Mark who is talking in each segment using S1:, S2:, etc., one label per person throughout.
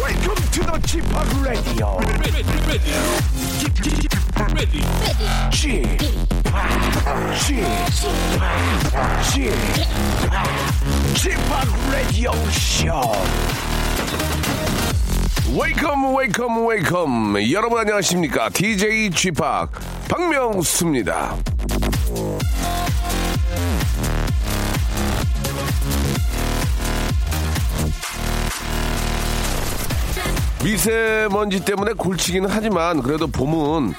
S1: Welcome to the Chip Radio. Chip Chip Radio Show. Welcome, welcome, welcome. 여러분 안녕하십니까? DJ Chip 박명수입니다. 미세먼지 때문에 골치기는 하지만 그래도 봄은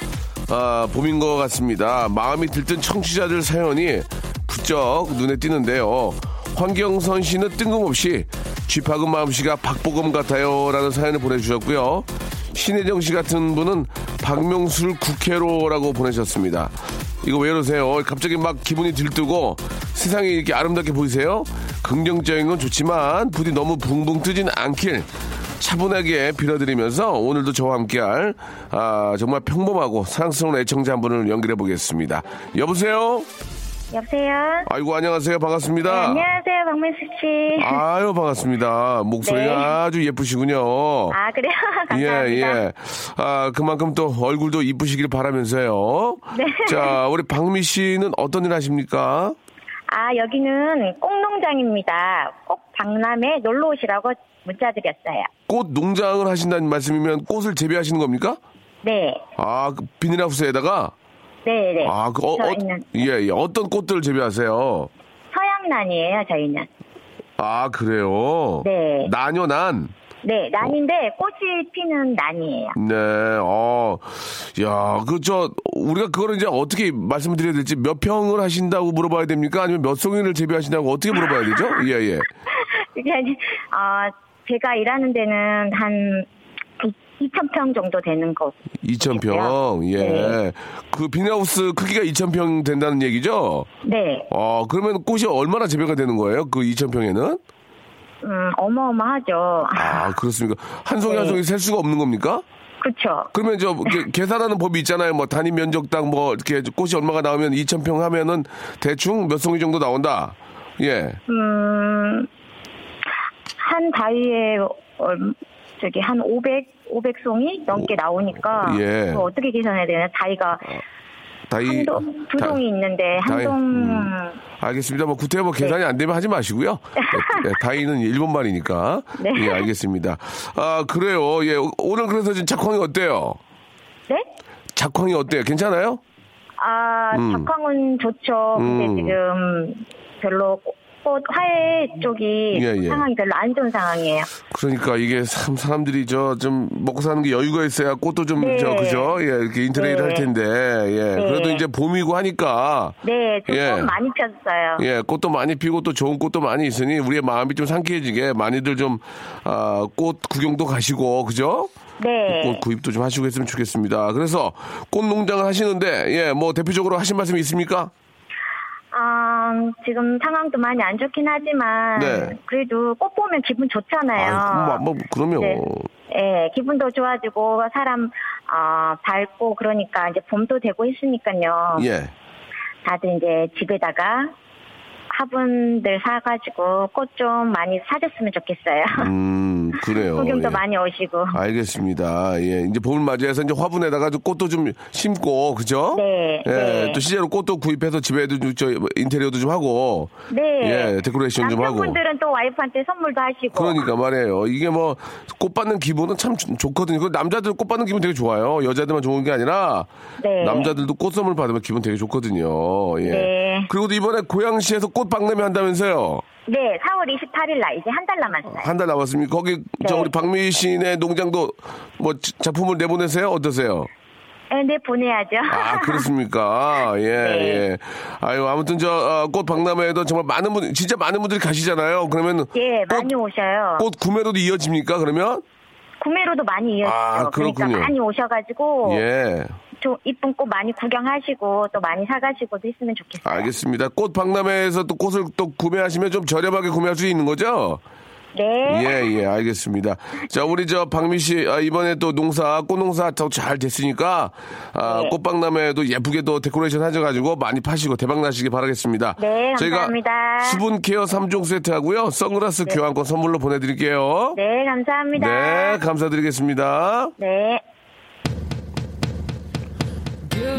S1: 아, 봄인 것 같습니다. 마음이 들뜬 청취자들 사연이 부쩍 눈에 띄는데요. 황경선 씨는 뜬금없이 쥐팍은 마음씨가 박보검 같아요 라는 사연을 보내주셨고요. 신혜정 씨 같은 분은 박명수를 국회로라고 보내셨습니다. 이거 왜 이러세요? 갑자기 막 기분이 들뜨고 세상이 이렇게 아름답게 보이세요? 긍정적인 건 좋지만 부디 너무 붕붕 뜨진 않길 차분하게 빌어드리면서 오늘도 저와 함께할 아, 정말 평범하고 사랑스러운 애청자 한 분을 연결해 보겠습니다. 여보세요?
S2: 여보세요.
S1: 아이고 안녕하세요 반갑습니다.
S2: 네, 안녕하세요, 박민수 씨. 아,
S1: 아유 반갑습니다. 목소리가
S2: 네.
S1: 아주 예쁘시군요.
S2: 아, 그래요?
S1: 예,
S2: 감사합니다.
S1: 예. 아, 그만큼 또 얼굴도 이쁘시길 바라면서요.
S2: 네.
S1: 자, 우리 박미 씨는 어떤 일 하십니까?
S2: 아, 여기는 꽃농장입니다. 꼭 박람회 놀러 오시라고 문자 드렸어요.
S1: 꽃 농장을 하신다는 말씀이면 꽃을 재배하시는 겁니까?
S2: 네.
S1: 아, 그 비닐하우스에다가?
S2: 네, 네.
S1: 아, 그, 어, 어,
S2: 저희는
S1: 예, 예. 어떤 꽃들을 재배하세요?
S2: 서양난이에요, 저희는.
S1: 아, 그래요?
S2: 네.
S1: 나녀 난?
S2: 네, 난인데 꽃이 피는 난이에요.
S1: 네, 어, 야, 그, 저, 우리가 그거를 이제 어떻게 말씀을 드려야 될지 몇 평을 하신다고 물어봐야 됩니까? 아니면 몇 송이를 재배하신다고 어떻게 물어봐야 되죠? 예, 예.
S2: 이게 아니- 어, 제가 일하는 데는 한 2,000평 정도 되는 곳.
S1: 2,000평, 예.
S2: 네.
S1: 그 비닐하우스 크기가 2,000평 된다는 얘기죠?
S2: 네.
S1: 어, 그러면 꽃이 얼마나 재배가 되는 거예요? 그 2,000평에는?
S2: 음, 어마어마하죠.
S1: 아, 그렇습니까? 한 송이 한
S2: 네.
S1: 송이 셀 수가 없는 겁니까?
S2: 그쵸.
S1: 그러면 저 이렇게 계산하는 법이 있잖아요. 뭐 단위 면적당 뭐 이렇게 꽃이 얼마가 나오면 2,000평 하면은 대충 몇 송이 정도 나온다. 예.
S2: 음, 한 다위에 얼- 저기 한 500, 500송이 넘게 나오니까
S1: 예. 아,
S2: 그거 어떻게 계산해야 되나? 다위가
S1: 다이
S2: 한 동, 두 동이 있는데
S1: 다위,
S2: 한 동
S1: 음. 알겠습니다. 뭐 구태여 뭐
S2: 네.
S1: 계산이 안 되면 하지 마시고요. 예, 예, 다이는 일본 말이니까.
S2: 네.
S1: 예, 알겠습니다. 아, 그래요. 예. 오늘 그래서 지금 작황이 어때요?
S2: 네?
S1: 작황이 어때요? 괜찮아요?
S2: 아, 작황은 좋죠. 근데
S1: 음.
S2: 지금 별로 꽃- 꽃 화해 쪽이
S1: 예, 예.
S2: 상황이 별로 안 좋은 상황이에요.
S1: 그러니까 이게 참 사람들이 저 좀 먹고 사는 게 여유가 있어야 꽃도 좀
S2: 네.
S1: 저 그죠? 예, 이렇게 인테리어를
S2: 네.
S1: 할 텐데. 예.
S2: 네.
S1: 그래도 이제 봄이고 하니까
S2: 네, 좀
S1: 예.
S2: 많이 폈어요.
S1: 예, 꽃도 많이 피고 또 좋은 꽃도 많이 있으니 우리의 마음이 좀 상쾌해지게 많이들 좀, 아, 꽃 구경도 가시고, 그죠?
S2: 네.
S1: 꽃 구입도 좀 하시고 했으면 좋겠습니다. 그래서 꽃 농장을 하시는데, 예, 뭐 대표적으로 하신 말씀이 있습니까?
S2: 아, 지금 상황도 많이 안 좋긴 하지만
S1: 네.
S2: 그래도 꽃 보면 기분 좋잖아요.
S1: 아, 뭐, 뭐, 그러면.
S2: 네. 예, 기분도 좋아지고 사람 어, 밝고 그러니까 이제 봄도 되고 했으니까요.
S1: 예.
S2: 다들 이제 집에다가 화분들 사가지고 꽃 좀 많이 사줬으면 좋겠어요.
S1: 음, 그래요.
S2: 구경도
S1: 예.
S2: 많이 오시고.
S1: 알겠습니다. 예, 이제 봄을 맞이해서 이제 화분에다가 좀 꽃도 좀 심고, 그죠?
S2: 네,
S1: 예,
S2: 네.
S1: 또 실제로 꽃도 구입해서 집에도 좀, 저, 인테리어도 좀 하고.
S2: 네.
S1: 예, 데코레이션 좀 하고.
S2: 남편분들은 또 와이프한테 선물도 하시고.
S1: 그러니까 말이에요. 이게 뭐 꽃 받는 기분은 참 좋- 좋거든요. 그 남자들 꽃 받는 기분 되게 좋아요. 여자들만 좋은 게 아니라
S2: 네.
S1: 남자들도 꽃 선물 받으면 기분 되게 좋거든요. 예.
S2: 네.
S1: 그리고 또 이번에 고양시에서 꽃 박람회 한다면서요.
S2: 네, 4월 28일 날 이제 한 달 남았어요.
S1: 한 달 남았습니다. 거기 저
S2: 네.
S1: 우리 박미 씨네 농장도 뭐 지- 작품을 내보내세요. 어떠세요?
S2: 예, 네, 네, 보내야죠.
S1: 아, 그렇습니까? 예,
S2: 네.
S1: 예. 아유, 아무튼 저, 어, 꽃 박람회에도 정말 많은 분, 진짜 많은 분들이 가시잖아요. 그러면.
S2: 예,
S1: 꽃,
S2: 많이 오셔요.
S1: 꽃 구매로도 이어집니까, 그러면?
S2: 구매로도 많이 이어지죠.
S1: 아,
S2: 그러니까
S1: 그렇군요.
S2: 많이 오셔가지고
S1: 예.
S2: 좀 이쁜 꽃 많이 구경하시고 또 많이 사가시고도 했으면 좋겠어요.
S1: 알겠습니다. 꽃 박람회에서 또 꽃을 또 구매하시면 좀 저렴하게 구매할 수 있는 거죠?
S2: 네.
S1: 예, 예, 알겠습니다. 자, 우리 저 박미 씨, 아, 이번에 또 농사, 꽃농사 더 잘 됐으니까, 아,
S2: 네.
S1: 꽃박람회도 예쁘게 또 데코레이션 하셔가지고 많이 파시고 대박나시길 바라겠습니다.
S2: 네,
S1: 저희가
S2: 감사합니다.
S1: 수분 케어 3종 세트 하고요. 선글라스 교환권 선물로 보내드릴게요.
S2: 네, 감사합니다.
S1: 네, 감사드리겠습니다.
S2: 네.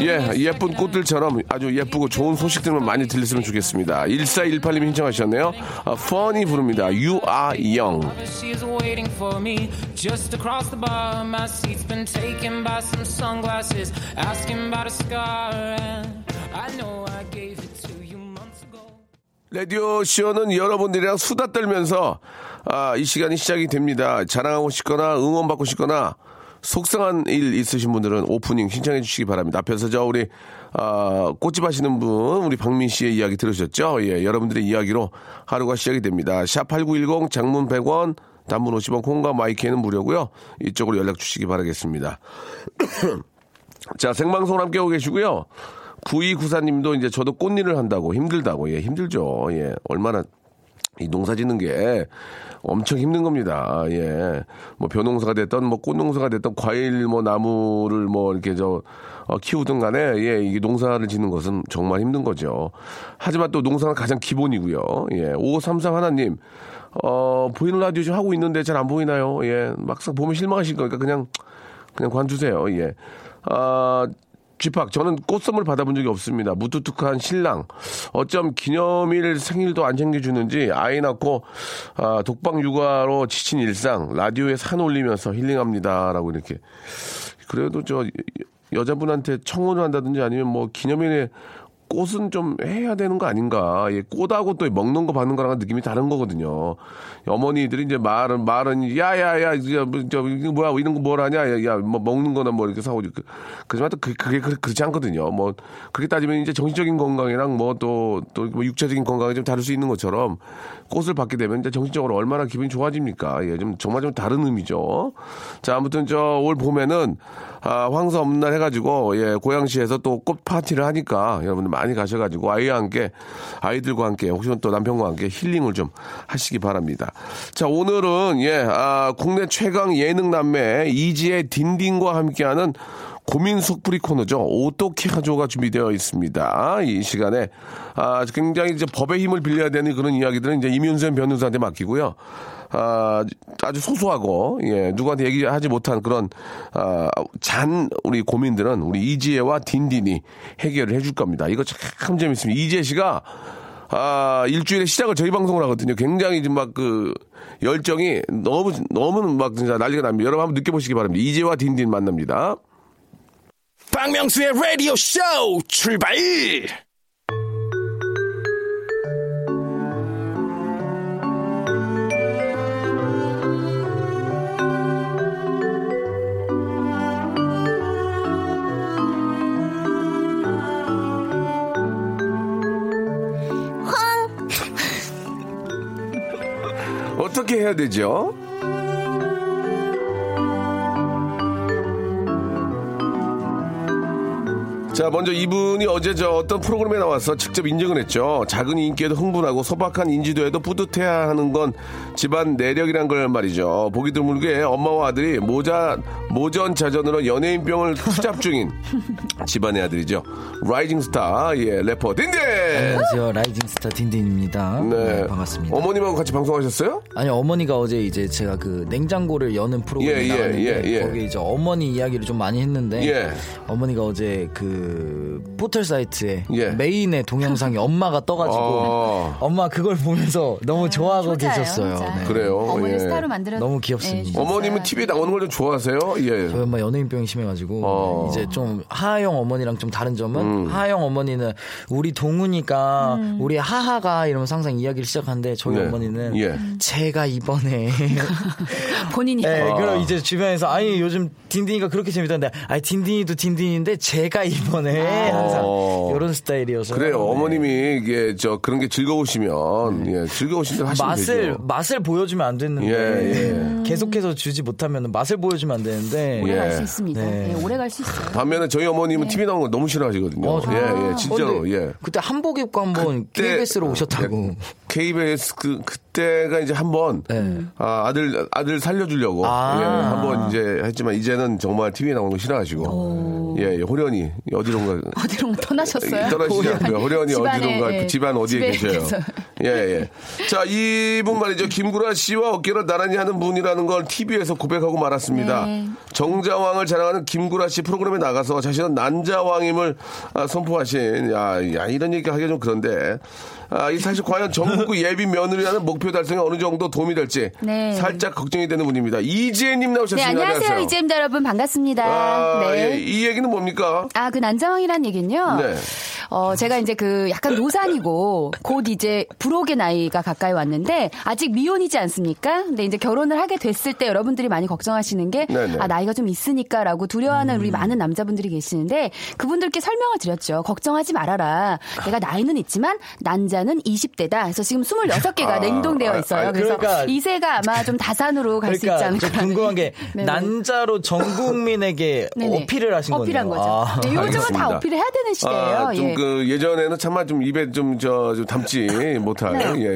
S1: 예, 예쁜 꽃들처럼 아주 예쁘고 좋은 소식들만 많이 들렸으면 좋겠습니다. 1418님 신청하셨네요. 아, Funny 부릅니다. You are young.
S3: She's waiting for me just across the bar. My seat's been taken by some sunglasses, asking about a scar. And I know I gave it to you months ago.
S1: 라디오 쇼는 여러분들이랑 수다 떨면서 아, 이 시간이 시작이 됩니다. 자랑하고 싶거나 응원받고 싶거나 속상한 일 있으신 분들은 오프닝 신청해 주시기 바랍니다. 앞에서 저 우리 아, 꽃집 하시는 분 우리 박민 씨의 이야기 들으셨죠? 예, 여러분들의 이야기로 하루가 시작이 됩니다. 샵8910 장문 100원 단문 50원 콩과 마이크는 무료고요. 이쪽으로 연락 주시기 바라겠습니다. 자, 생방송 함께하고 계시고요. 9294님도 이제 저도 꽃일을 한다고 힘들다고. 예, 힘들죠. 예, 얼마나 이 농사 짓는 게 엄청 힘든 겁니다. 예. 뭐 벼농사가 됐던 뭐 꽃농사가 됐던 과일 뭐 나무를 뭐 이렇게 저 어, 키우든 간에 예, 이게 농사를 짓는 것은 정말 힘든 거죠. 하지만 또 농사는 가장 기본이고요. 예. 5331 하나님. 어, 보이는 라디오 지금 하고 있는데 잘 안 보이나요? 예. 막상 보면 실망하실 거니까 그냥 그냥 관두세요. 예. 아, 쥐팍, 저는 꽃 선물 받아본 적이 없습니다. 무뚝뚝한 신랑. 어쩜 기념일 생일도 안 챙겨주는지 아이 낳고 아, 독방 육아로 지친 일상 라디오에 산 올리면서 힐링합니다라고 이렇게 그래도 저 여- 여자분한테 청혼을 한다든지 아니면 뭐 기념일에 꽃은 좀 해야 되는 거 아닌가. 예, 꽃하고 또 먹는 거 받는 거랑 느낌이 다른 거거든요. 어머니들이 이제 말은, 말은, 야, 야, 야, 저, 뭐, 저, 이거 뭐야, 이런 거 뭘 하냐, 야, 야, 뭐, 먹는 거나 뭐 이렇게 사오지. 그- 그렇지만 또 그, 그게 그- 그렇지 않거든요. 뭐, 그렇게 따지면 이제 정신적인 건강이랑 뭐 또, 또뭐 육체적인 건강이 좀 다를 수 있는 것처럼 꽃을 받게 되면 이제 정신적으로 얼마나 아, 기분이 좋아집니까? 예, 좀 정말 좀 다른 의미죠. 자, 아무튼 저 올 봄에는 아, 황사 없는 날 해가지고 예, 고양시에서 또 꽃 파티를 하니까 여러분들 많이 가셔가지고 아이와 함께 아이들과 함께 혹시나 또 남편과 함께 힐링을 좀 하시기 바랍니다. 자, 오늘은 예, 아, 국내 최강 예능 남매 이지의 딘딘과 함께하는 고민 속풀이 코너죠. 어떻게 하죠가 준비되어 있습니다. 이 시간에 아, 굉장히 이제 법의 힘을 빌려야 되는 그런 이야기들은 이제 임윤선 변호사한테 맡기고요. 아, 아주 소소하고 예, 누구한테 얘기하지 못한 그런 아, 잔 우리 고민들은 우리 이지혜와 딘딘이 해결을 해줄 겁니다. 이거 참 재밌습니다. 이지혜 씨가 아, 일주일에 시작을 저희 방송을 하거든요. 굉장히 지금 막 그 열정이 너무 너무 막 진짜 난리가 납니다. 여러분 한번 느껴보시기 바랍니다. 이지혜와 딘딘 만납니다.
S4: 박명수의 라디오 쇼 출발!
S1: 어떻게 해야 되죠? 자, 먼저 이분이 어제 저 어떤 프로그램에 나와서 직접 인정을 했죠. 작은 인기에도 흥분하고 소박한 인지도에도 뿌듯해야 하는 건 집안 내력이란 걸 말이죠. 보기 드물게 엄마와 아들이 모자, 모전자전으로 연예인병을 투잡 중인 집안의 아들이죠. 라이징 스타, 예, 래퍼 딘딘!
S5: 안녕하세요 라이징 스타 딘딘입니다. 네, 반갑습니다.
S1: 어머님하고 같이 방송하셨어요?
S5: 아니 어머니가 어제 이제 제가 그 냉장고를 여는 프로그램
S1: 예,
S5: 에
S1: 예,
S5: 나왔는데
S1: 예, 예.
S5: 거기 이제 어머니 이야기를 좀 많이 했는데
S1: 예.
S5: 어머니가 어제 그 포털 사이트에
S1: 예.
S5: 메인의 동영상에 엄마가 떠가지고
S1: 아.
S5: 엄마 그걸 보면서 너무 좋아하고
S6: 효자예요,
S5: 계셨어요.
S6: 효자. 네,
S5: 네.
S1: 그래요.
S6: 어머니
S1: 예.
S6: 스타로 만들어
S5: 너무 귀엽습니다.
S6: 주셨어요.
S1: 어머님은 TV에 나오는 걸 좀 좋아하세요? 예.
S5: 저희 엄마 연예인병이 심해가지고
S1: 어. 음.
S5: 이제 좀 하하영 어머니랑 좀 다른 점은 하하영 어머니는 우리 동훈이가
S6: 음.
S5: 우리 하하가 이러면서 항상 이야기를 시작하는데 저희
S1: 네.
S5: 어머니는
S1: 예.
S5: 제가 이번에
S6: 본인이
S1: 아.
S5: 네, 그럼 이제 주변에서 아니 요즘 딘딘이가 그렇게 재밌던데, 아 딘딘이도 딘딘인데 제가 이번에
S6: 아.
S5: 항상
S1: 어.
S5: 이런 스타일이어서
S1: 그래요.
S5: 네.
S1: 어머님이 이게 저 그런 게 즐거우시면 예, 즐거우신 대로 하시면
S5: 맛을 뭐
S1: 되죠.
S5: 맛을 보여주면 안 되는데
S1: 예, 예. 음.
S5: 계속해서 주지 못하면 맛을 보여주면 안 되는데
S6: 오래 갈
S1: 예.
S6: 수 있습니다.
S5: 네.
S6: 예, 오래 갈 수 있어요.
S1: 반면에 저희 어머님은 TV 나오는 거 너무 싫어하시거든요.
S5: 어, 정말?
S1: 예, 예,
S5: 어,
S1: 진짜로.
S5: 근데
S1: 예.
S5: 그때 한복 입고 한번
S1: 그때- 예,
S5: KBS로 오셨다고.
S1: KBS 그 그때가 이제 한번 아, 아들 아들 살려주려고
S5: 네. 아.
S1: 예, 한번 이제 했지만 이제는 정말 TV에 나오는 거 싫어하시고 예, 예, 호련이 어디론가
S6: 어디로 떠나셨어요?
S1: 떠나시지 않고요. 호련이
S6: 집안에,
S1: 어디론가
S6: 예,
S1: 그 집안
S6: 집에
S1: 어디에 계세요.
S6: 계셔요.
S1: 예, 예. 자, 이분 말이죠. 김구라 씨와 어깨를 나란히 하는 분이라는 걸 TV에서 고백하고 말았습니다.
S6: 네.
S1: 정자왕을 자랑하는 김구라 씨 프로그램에 나가서 자신은 난자왕임을 아, 선포하신, 야, 야, 이런 얘기 하기가 좀 그런데. 아, 이 사실 과연 전국구 예비 며느리라는 목표 달성에 어느 정도 도움이 될지
S6: 네.
S1: 살짝 걱정이 되는 분입니다. 이지혜님
S6: 네,
S1: 나오셨습니다.
S6: 안녕하세요. 이재입니다, 여러분. 반갑습니다.
S1: 아,
S6: 네.
S1: 예, 이 얘기는 뭡니까?
S6: 아, 그 난자왕이란 얘기는요.
S1: 네.
S6: 어, 제가 이제 그 약간 노산이고 곧 이제 불혹의 나이가 가까이 왔는데 아직 미혼이지 않습니까? 근데 이제 결혼을 하게 됐을 때 여러분들이 많이 걱정하시는 게
S1: 네네. 음.
S6: 아, 나이가 좀 있으니까라고 두려워하는 우리 많은 남자분들이 계시는데 그분들께 설명을 드렸죠. 걱정하지 말아라. 내가 나이는 있지만 난자는 20대다. 그래서 지금 26개가
S1: 아, 아,
S6: 냉동되어
S1: 아,
S6: 있어요. 그래서
S5: 그러니까-
S6: 이 세가 아마 좀 다산으로 갈 수 있지
S5: 그러니까
S6: 않을까.
S5: 저 궁금한 게
S6: 네네.
S5: 난자로 전 국민에게
S6: 네네.
S5: 어필을 하신 거네요.
S6: 어필한 거죠.
S5: 아.
S6: 네, 요즘은 다
S1: 알겠습니다.
S6: 어필을 해야 되는 시대예요.
S1: 아, 좀
S6: 예.
S1: 그 예전에는 참아 좀 입에 좀 저 좀 담지
S6: 네.
S1: 못할 예.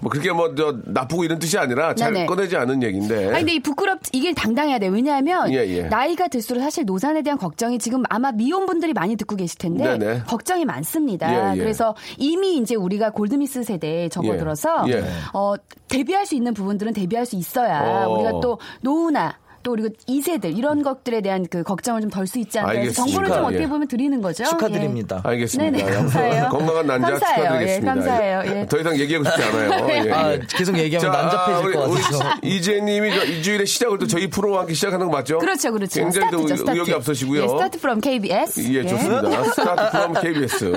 S1: 뭐 그렇게 뭐 저 나쁘고 이런 뜻이 아니라 잘
S6: 네네.
S1: 꺼내지 않은 얘기인데.
S6: 아니 근데 이 부끄럽 이게 당당해야 돼. 요 왜냐하면
S1: 예, 예.
S6: 나이가 들수록 사실 노산에 대한 걱정이 지금 아마 미혼분들이 많이 듣고 계실 텐데
S1: 네네.
S6: 걱정이 많습니다.
S1: 예, 예.
S6: 그래서 이미 이제 우리가 골드미스 세대에 접어들어서
S1: 예, 예.
S6: 어, 대비할 수 있는 부분들은 대비할 수 있어야
S1: 어. 음.
S6: 우리가 또 노후나 또 그리고 이세들 이런 것들에 대한 그 걱정을 좀 덜 수 있지 않나 해서
S1: 알겠습니다.
S6: 정보를 좀
S1: 예.
S6: 어떻게 보면 드리는 거죠.
S5: 축하드립니다.
S1: 알겠습니다.
S6: 네네, 감사해요.
S1: 건강한 난자
S6: 감사해요.
S1: 축하드리겠습니다.
S6: 예, 감사해요. 예. 네.
S1: 더 이상 얘기하고 싶지 않아요. 예, 예.
S5: 아, 계속 얘기하면
S1: 아,
S5: 난잡해질
S1: 우리-
S5: 것
S1: 우리
S5: 같아서.
S1: 이재님이 저 일주일의 시작을 또 저희 프로와 함께 시작하는 거 맞죠?
S6: 그렇죠, 그렇죠.
S1: 굉장히 또
S6: 스타트죠, 스타트.
S1: 의욕이 앞서시고요.
S6: 예, 스타트 프롬 KBS. 네.
S1: 예, 좋습니다. 스타트 프롬 KBS.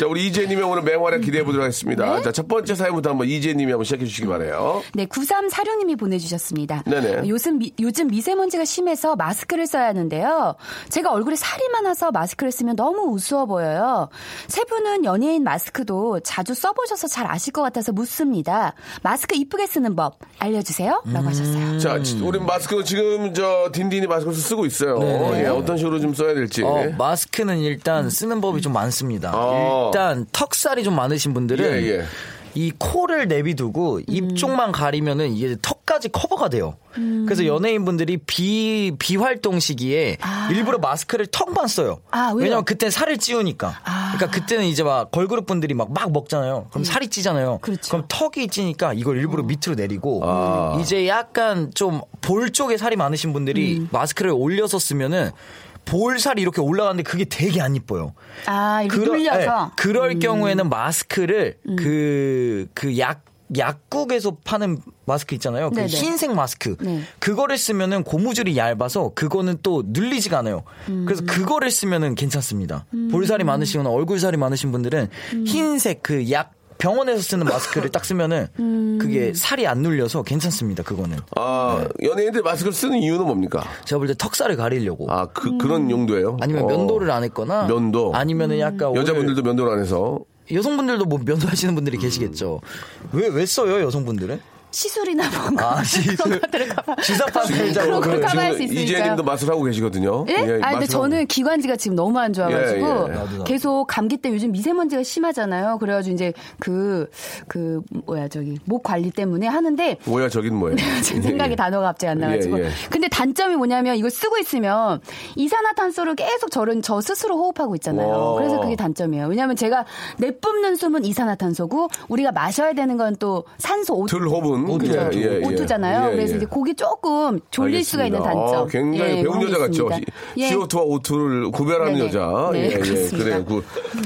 S1: 자, 우리 이재님의 오늘 맹활약 기대해 보도록 하겠습니다. 자, 첫 번째 사연부터 한번 이재님이 한번 시작해 주시기 바래요.
S6: 네, 9346님이 보내주셨습니다.
S1: 네네.
S6: 요즘, 미, 요즘 미세먼지가 심해서 마스크를 써야 하는데요. 제가 얼굴에 살이 많아서 마스크를 쓰면 너무 우스워 보여요. 세 분은 연예인 마스크도 자주 써보셔서 잘 아실 것 같아서 묻습니다. 마스크 이쁘게 쓰는 법 알려주세요.
S1: 음.
S6: 라고 하셨어요.
S1: 자,
S5: 음.
S1: 지- 우리 마스크 지금 저 딘딘이 마스크를 쓰고 있어요. 예, 어떤 식으로 좀 써야 될지.
S5: 네. 어, 마스크는 일단 쓰는 법이 좀 많습니다.
S1: 어.
S5: 일단 턱살이 좀 많으신 분들은
S1: 예, 예.
S5: 이 코를 내비두고
S6: 음.
S5: 입 쪽만 가리면은 이게 턱까지 커버가 돼요.
S6: 음.
S5: 그래서 연예인분들이 비 비활동 시기에 일부러 마스크를 턱만 써요.
S6: 아, 왜요? 아.
S5: 왜냐면 그때 살을 찌우니까. 그러니까 그때는 이제 막 걸그룹 분들이 막 막 먹잖아요. 그럼 살이 찌잖아요.
S6: 그렇죠. 어.
S5: 럼 턱이 찌니까 이걸 일부러 밑으로 내리고 이제 약간 좀 볼 쪽에 살이 많으신 분들이
S6: 음.
S5: 마스크를 올려서 쓰면은 볼살이 이렇게 올라가는데 그게 되게 안 이뻐요.
S6: 아, 이렇게
S5: 그러-
S6: 눌려서. 음.
S5: 네, 그럴 경우에는 마스크를 그, 그 약, 약국에서 파는 마스크 있잖아요. 그
S6: 네네.
S5: 흰색 마스크.
S6: 네.
S5: 그거를 쓰면은 고무줄이 얇아서 그거는 또 눌리지가 않아요.
S6: 음.
S5: 그래서 그거를 쓰면은 괜찮습니다. 볼살이 많으시거나 얼굴살이 많으신 분들은
S6: 음.
S5: 흰색 그 약, 병원에서 쓰는 마스크를 딱 쓰면은
S6: 음.
S5: 그게 살이 안 눌려서 괜찮습니다. 그거는
S1: 아,
S5: 네.
S1: 연예인들 마스크를 쓰는 이유는 뭡니까?
S5: 제가 볼 때 턱살을 가리려고
S1: 아, 그,
S6: 음.
S1: 그런 용도예요?
S5: 아니면
S1: 어.
S5: 면도를 안 했거나
S1: 면도.
S6: 음.
S5: 아니면은 약간 오늘-
S1: 여자분들도 면도를 안 해서.
S5: 여성분들도 뭐 면도하시는 분들이 계시겠죠. 왜, 왜 써요, 여성분들은?
S6: 시술이나 뭔가.
S5: 아, 시술.
S6: 그런 것들을 가봐.
S5: 주사 파스를
S6: 네, 그런
S5: 잡고
S6: 걸
S5: 그-
S6: 가봐야 할수
S1: 지금
S6: 있으니까요.
S1: 이재님도 마스크 하고 계시거든요.
S6: 예? 아 근데
S1: 마스크
S6: 저는 기관지가 지금 너무 안 좋아가지고
S1: 예, 예. 나도,
S5: 나도.
S6: 계속 감기 때 요즘 미세먼지가 심하잖아요. 그래가지고 이제 그, 그, 뭐야, 저기, 목 관리 때문에 하는데
S1: 하고. 뭐야, 저긴 뭐예요?
S6: 제 생각이
S1: 예,
S6: 단어가 갑자기 안 나가지고.
S1: 예, 예.
S6: 근데 단점이 뭐냐면 이걸 쓰고 있으면 이산화탄소를 계속 저는 저 스스로 호흡하고 있잖아요.
S1: 와.
S6: 그래서 그게 단점이에요. 왜냐면 제가 내뿜는 숨은 이산화탄소고 우리가 마셔야 되는 건 또 산소 오,
S1: 들 호분.
S6: 그죠?
S1: 예, 예, 예.
S6: 오투잖아요.
S1: 예, 예.
S6: 그래서 이제 그게 조금 졸릴 수가 있는
S1: 알겠습니다.
S6: 단점.
S1: 아, 굉장히
S6: 예,
S1: 배운
S6: 그런 게
S1: 여자 같죠.
S6: 있습니다. 예.
S1: CO2와 O2를 구별하는
S6: 네네.
S1: 여자.
S6: 네,
S1: 예, 예,
S6: 그렇습니다.
S1: 그래요. 그,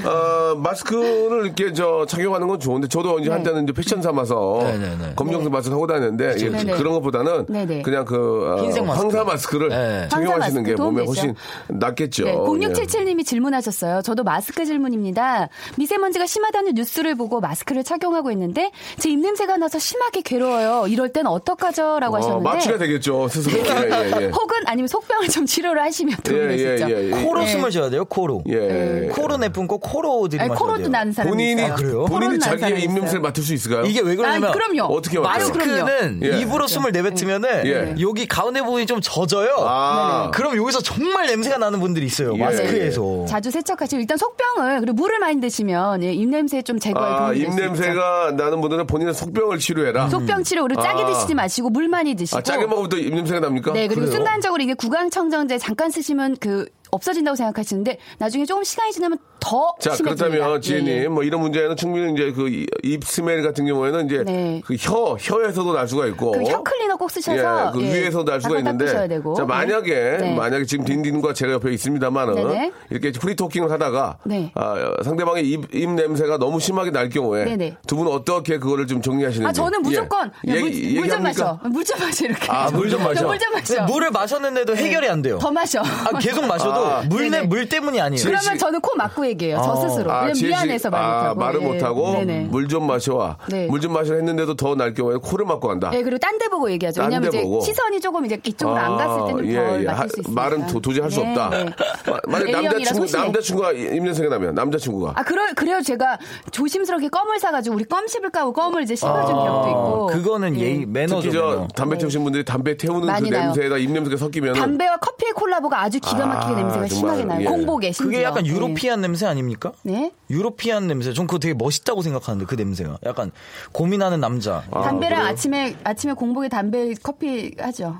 S1: 아, 마스크를 이렇게 저 착용하는 건 좋은데 저도
S6: 네.
S1: 이제 한때는 이제 패션 삼아서
S5: 네네네.
S1: 검정색 마스크 하고 다녔는데 예,
S6: 네네.
S1: 그런 것보다는
S6: 네네.
S1: 그냥 그 아,
S5: 흰색 마스크.
S1: 황사 마스크를
S5: 네.
S1: 착용하시는
S6: 황사
S1: 게
S6: 마스크 도움이
S1: 몸에 훨씬 낫겠죠.
S6: 네,
S1: 예.
S6: 0677님이 질문하셨어요. 저도 마스크 질문입니다. 미세먼지가 심하다는 뉴스를 보고 마스크를 착용하고 있는데 제 입냄새가 나서 심하게 괴로워 어려워요. 이럴 땐 어떡하죠라고
S1: 어,
S6: 하셨는데 네.
S1: 마취가 되겠죠 스스로. 예, 예,
S6: 혹은 아니면 속병을 좀 치료를 하시면 도움이
S1: 예,
S6: 되시죠.
S1: 예, 예.
S5: 코로
S6: 네.
S5: 숨을 쉬어야 돼요. 코로.
S1: 예.
S5: 코로 내뿜고 코로
S6: 아니,
S5: 들이마셔야 돼요.
S6: 네, 코로도 나는 사람
S1: 본인이
S6: 있어요.
S5: 아, 그래요?
S6: 코로도
S1: 본인이
S6: 나는 사람이
S1: 자기의
S6: 있어요.
S1: 입냄새를 맡을 수 있을까요?
S5: 이게 왜
S6: 아니,
S5: 그러냐면
S6: 그럼요.
S1: 어떻게 맡아요?
S5: 마스크는
S1: 예.
S5: 입으로 숨을 내뱉으면은
S1: 예.
S5: 여기 가운데 부분이 좀 젖어요. 네.
S1: 아.
S5: 그럼 여기서 정말 냄새가 나는 분들이 있어요.
S1: 예.
S5: 마스크에서.
S6: 자주 세척하시고 일단 속병을 그리고 물을 많이 드시면 예, 입냄새 좀 제거에
S1: 아,
S6: 도움이 될수 있죠.
S1: 입냄새가 나는 분들은 본인의 속병을 치료해라.
S6: 속병 치료 그리고 짜게
S1: 아.
S6: 드시지 마시고 물 많이 드시고
S1: 아, 짜게 먹으면 또 입냄새가 납니까?
S6: 네, 그리고
S1: 아, 그래요?
S6: 순간적으로 이게 구강 청정제 잠깐 쓰시면 그 없어진다고 생각하시는데 나중에 조금 시간이 지나면 더
S1: 자,
S6: 심해집니다.
S1: 그렇다면
S6: 예,
S1: 지혜님,
S6: 예.
S1: 뭐 이런 문제는 충분히 이제 그 입 스멜 같은 경우에는 이제
S6: 네.
S1: 그 혀, 혀에서도 날 수가 있고.
S6: 그 혀 클리너 꼭 쓰셔서
S1: 예, 그
S6: 예,
S1: 위에서 날 수가
S6: 바로
S1: 있는데.
S6: 닦으셔야 되고.
S1: 자, 만약에,
S6: 네.
S1: 만약에 지금 딘딘과 제가 옆에 있습니다만은
S6: 네네.
S1: 이렇게 프리토킹을 하다가
S6: 네.
S1: 아, 상대방의 입, 입 냄새가 너무 심하게 날 경우에
S6: 네네.
S1: 두 분은 어떻게 그거를 좀 정리하시는지.
S6: 아 저는 무조건
S1: 예. 얘기-
S6: 물좀
S1: 얘기합니까?
S6: 마셔 물 좀 마셔 이렇게
S1: 아, 물좀 마셔.
S6: 물좀 마셔
S5: 근데 네, 물을 마셨는데도 해결이 안 돼요.
S6: 더 마셔
S5: 아, 계속 마셔도
S1: 아.
S5: 물, 내,
S6: 네네.
S5: 물 때문이 아니에요.
S6: 그러면
S1: 지-
S6: 저는 코 막고 얘기해요 저 스스로
S1: 아,
S6: 왜냐면
S1: 지혜 씨-
S6: 미안해서 말
S1: 아,
S6: 못하고
S1: 말을
S6: 예.
S1: 못하고
S6: 네네.
S1: 물 좀 마셔와.
S6: 네.
S1: 물 좀 마셔 했는데도 더 날 경우에 코를 막고 간다.
S6: 예, 그리고 딴 데 보고 얘기하죠.
S1: 아. 딴
S6: 왜냐면
S1: 데
S6: 이제
S1: 보고.
S6: 시선이 조금 이제 이쪽으로
S1: 아,
S6: 안 갔을 때는 덜 맡길 수 네.
S1: 하-
S6: 있어요.
S1: 말은 도, 저히 할 수 없다. 마- 만약 남자친구 남자친구가 입냄새가 나면 남자친구가
S6: 아, 그래, 그래요. 제가 조심스럽게 껌을 사가지고 우리 껌씹을 까고 껌을 이제 씹어준 기억도 있고.
S5: 아, 그거는
S6: 예.
S5: 예의 매너죠.
S1: 특히 저
S5: 매너.
S1: 담배 태우신 분들이 담배 태우는 그
S6: 네. 많이 나요.
S1: 냄새에다 입냄새가 섞이면
S6: 담배와 커피의 콜라보가 아주 기가 막히게
S1: 아,
S6: 냄새가
S1: 정말,
S6: 심하게 나요.
S1: 예.
S6: 공복에 심지어.
S5: 그게 약간
S6: 예.
S5: 유로피안 냄새 아닙니까?
S6: 네?
S5: 유로피안 냄새. 전 그거 되게 멋있다고 생각하는데 그 냄새가. 약간 고민하는 남자.
S6: 담배랑 아침에 아침에 공복에 담배 커피 하죠.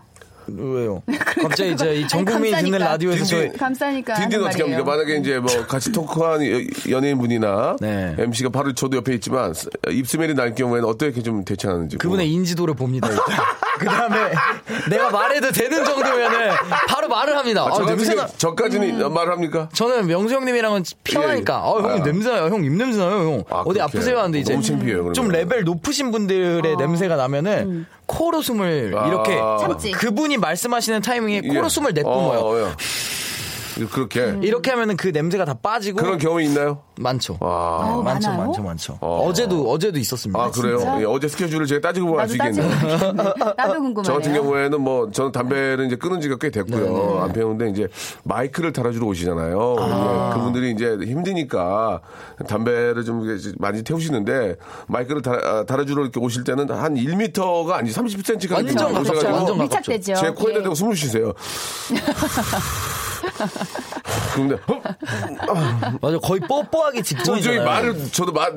S5: 왜요? 갑자기
S6: 그거-
S5: 이제 이 전
S6: 그러니까 아니, 감싸니까.
S5: 국민이 듣는
S6: 그
S5: 라디오에서 저희
S6: 감싸니까
S1: 딘딘
S6: 하는
S1: 어떻게
S6: 말이에요.
S1: 합니까? 만약에 이제 뭐 같이 토크한 연예인분이나
S5: 네.
S1: MC가 바로 저도 옆에 있지만 입스멜이 날 경우에는 어떻게 좀 대처하는지.
S5: 그분의 인지도를 봅니다. 그 다음에 내가 말해도 되는 정도면은 바로 말을 합니다.
S1: 아,
S5: 아,
S1: 저 같은
S5: 냄새나.
S1: 경우- 저까지는
S6: 음.
S1: 말을 합니까?
S5: 저는 명수 형님이랑은 편하니까 아, 형
S1: 아.
S5: 냄새나요 형 입냄새나요 형
S1: 아,
S5: 어디
S1: 그렇게.
S5: 아프세요 하는데 이제
S1: 너무 창피해요, 그러면.
S5: 좀 레벨 높으신 분들의 냄새가 나면은 코로 숨을
S1: 아.
S5: 이렇게
S6: 아. 음. 참지.
S5: 그분이 말씀하시는 타이밍에 코로
S1: 예.
S5: 숨을 내뿜어요
S1: 어, 어, 예. 그렇게
S5: 이렇게 하면은 그 냄새가 다 빠지고
S1: 그런 경험이 있나요?
S5: 많죠
S1: 아,
S6: 어,
S5: 많죠
S6: 많아요?
S5: 많죠 많죠 어제도 어제도 있었습니다
S1: 아 그래요? 예, 어제 스케줄을 제가 따지고 알
S6: 나도
S1: 수
S6: 따지고
S1: 있겠네요.
S6: 있겠네. 나도 궁금하네요.
S1: 저 같은 경우에는 뭐 저는 담배를 이제 끊은 지가 꽤
S5: 네,
S1: 됐고요. 안 피우는데 이제 마이크를 달아주러 오시잖아요. 예, 그분들이 이제 힘드니까 담배를 좀 이렇게 많이 태우시는데 마이크를 달, 아, 달아주러 이렇게 오실 때는 한 1m가 아니지 30cm가
S5: 완전 가깝죠 완전 가깝죠
S6: 밀착되죠.
S1: 제 코에
S6: 예.
S1: 대고 숨을 쉬세요. 근데 어? 헉!
S5: 맞아 거의
S1: 도저히
S5: 뽀뽀하기 직전이잖아요
S1: 말을 저도 말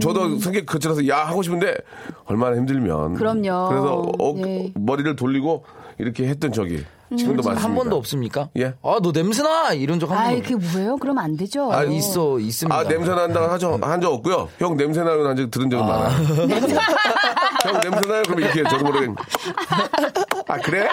S1: 저도 성격 거칠어서 야 하고 싶은데 얼마나 힘들면
S6: 그럼요.
S1: 그래서 어,
S6: 예.
S1: 머리를 돌리고 이렇게 했던 적이 지금도 많습니다.
S5: 한 번도 없습니까?
S1: 예.
S5: 아 너 냄새나 이런 적 한
S6: 아이
S5: 번도
S6: 그게 뭐예요? 그럼 안 되죠.
S5: 아, 있어 있습니다
S1: 아 냄새 난다 하죠 한적 없고요. 형 냄새 나요 한적 들은 적은 많아요. 형 냄새 나요 그럼 이렇게 저도 모르게 아 그래?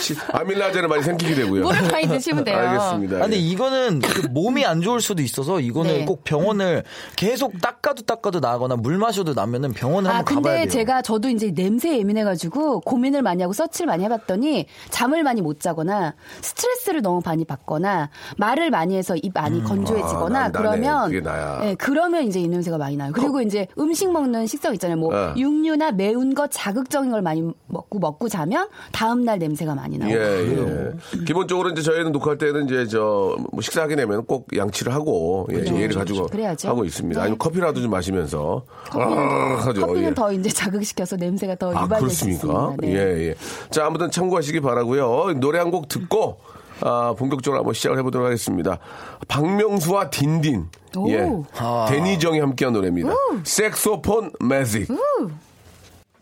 S1: 시- 아밀라제를 많이 생기게 되고요.
S6: 물을 많이 드시면 돼요.
S1: 알겠습니다.
S5: 아니 이거는 그 몸이 안 좋을 수도 있어서 이거는
S6: 네.
S5: 꼭 병원을 계속 닦아도 닦아도 나거나 물 마셔도 나면은 병원을
S6: 아,
S5: 한번 가봐야
S6: 근데
S5: 돼요.
S6: 제가 저도 이제 냄새에 예민해가지고 고민을 많이 하고 서치를 많이 해봤더니 잠을 많이 못 자거나 스트레스를 너무 많이 받거나 말을 많이 해서 입 많이 건조해지거나
S1: 아, 난- 나네.
S6: 그러면
S1: 그게 나야. 어.
S6: 예, 그러면 이제 이 냄새가 많이 나요. 그리고 이제 음식 먹는 식성 있잖아요. 뭐
S1: 예.
S6: 육류나 매운 것 자극적인 걸 많이 먹고 먹고 자면 다음 날 냄새가 많이 나요.
S1: 예, 예. 기본적으로 이제 저희는 녹화할 때는 이제 저뭐 식사하게 되면 꼭 양치를 하고 예, 예를 가지고
S6: 그래야죠.
S1: 하고 있습니다.
S6: 네.
S1: 아니면 커피라도 좀 마시면서 아, 하죠.
S6: 커피는
S1: 예.
S6: 더 이제 자극시켜서 냄새가 더
S1: 아,
S6: 유발될 수
S1: 그렇습니까?
S6: 있습니다. 네.
S1: 예, 예. 자, 아무튼 참고하시기 바라고요. 노래 한 곡 듣고 아, 본격적으로 한번 시작을 해보도록 하겠습니다. 박명수와 딘딘.
S6: 오.
S1: 예.
S5: 아.
S1: 데니정이 함께한 노래입니다. 섹소폰 매직.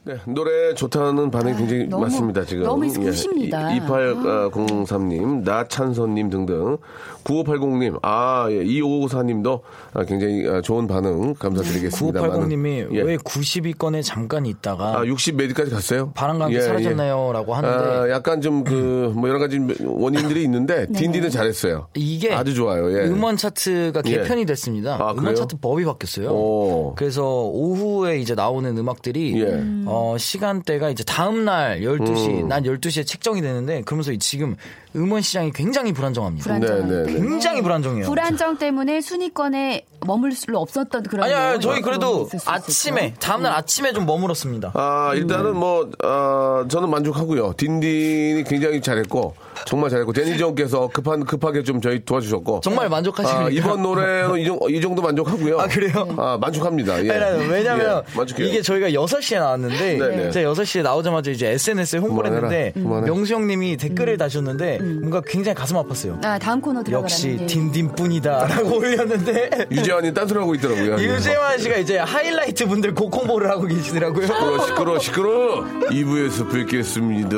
S1: 네, 노래 좋다는 반응이 굉장히
S6: 아, 너무,
S1: 많습니다, 지금. 예,
S6: 너무 웃습니다. 아.
S1: 2803님, 어, 나찬선님 등등. 9580님, 아, 예, 2554님도 굉장히 아, 좋은 반응 감사드리겠습니다. 예.
S5: 9580님이 왜 90위권에 잠깐 있다가
S1: 아, 60 메디까지 갔어요?
S5: 바람과 함께 사라졌나요라고 하는데.
S1: 아, 약간 좀 그, 뭐 여러 가지 원인들이 있는데, 딘딘은 잘했어요.
S5: 이게
S1: 아주 좋아요, 예.
S5: 음원 차트가
S1: 예.
S5: 개편이 됐습니다.
S1: 아,
S5: 음원
S1: 그래요?
S5: 차트 법이 바뀌었어요.
S1: 오.
S5: 그래서 오후에 이제 나오는 음악들이
S1: 예. 음.
S5: 어, 시간대가 이제 다음날 12시, 난 12시에 책정이 되는데, 그러면서 이 지금 음원 시장이 굉장히 불안정합니다.
S6: 불안정.
S1: 네, 네, 네.
S5: 굉장히 불안정해요.
S6: 불안정 때문에 순위권에 머물 수 없었던 그런.
S5: 아니, 아니, 저희
S6: 영향이
S5: 그래도
S6: 있을 수 있었죠.
S5: 아침에, 다음날 아침에 좀 머물었습니다.
S1: 아, 일단은 뭐, 아, 저는 만족하고요. 딘딘이 굉장히 잘했고, 정말 잘했고, 데니정께서 급한, 급하게 좀 저희 도와주셨고.
S5: 정말 만족하시군요.
S1: 아, 이번 노래는 이, 정, 도 만족하고요.
S5: 아, 그래요?
S1: 아, 만족합니다. 예.
S5: 아니, 왜냐면
S1: 예, 만족해요.
S5: 이게 저희가 6시에 나왔는데
S1: 네, 네.
S5: 제가 6시에 나오자마자 이제 SNS에 홍보를
S1: 그만해라,
S5: 했는데
S1: 그만해.
S5: 명수 형님이
S6: 음.
S5: 댓글을 다셨는데 뭔가 굉장히 가슴 아팠어요.
S6: 아, 다음 코너 들어가라는
S5: 역시
S6: 얘기.
S5: 딘딘뿐이다 라고 올렸는데
S1: 유재환이 딴소리하고 있더라고요.
S5: 유재환 씨가 이제 하이라이트 분들 곡 홍보를 하고 계시더라고요.
S1: 시끄러, 시끄러, 시끄러! 2부에서 뵙겠습니다.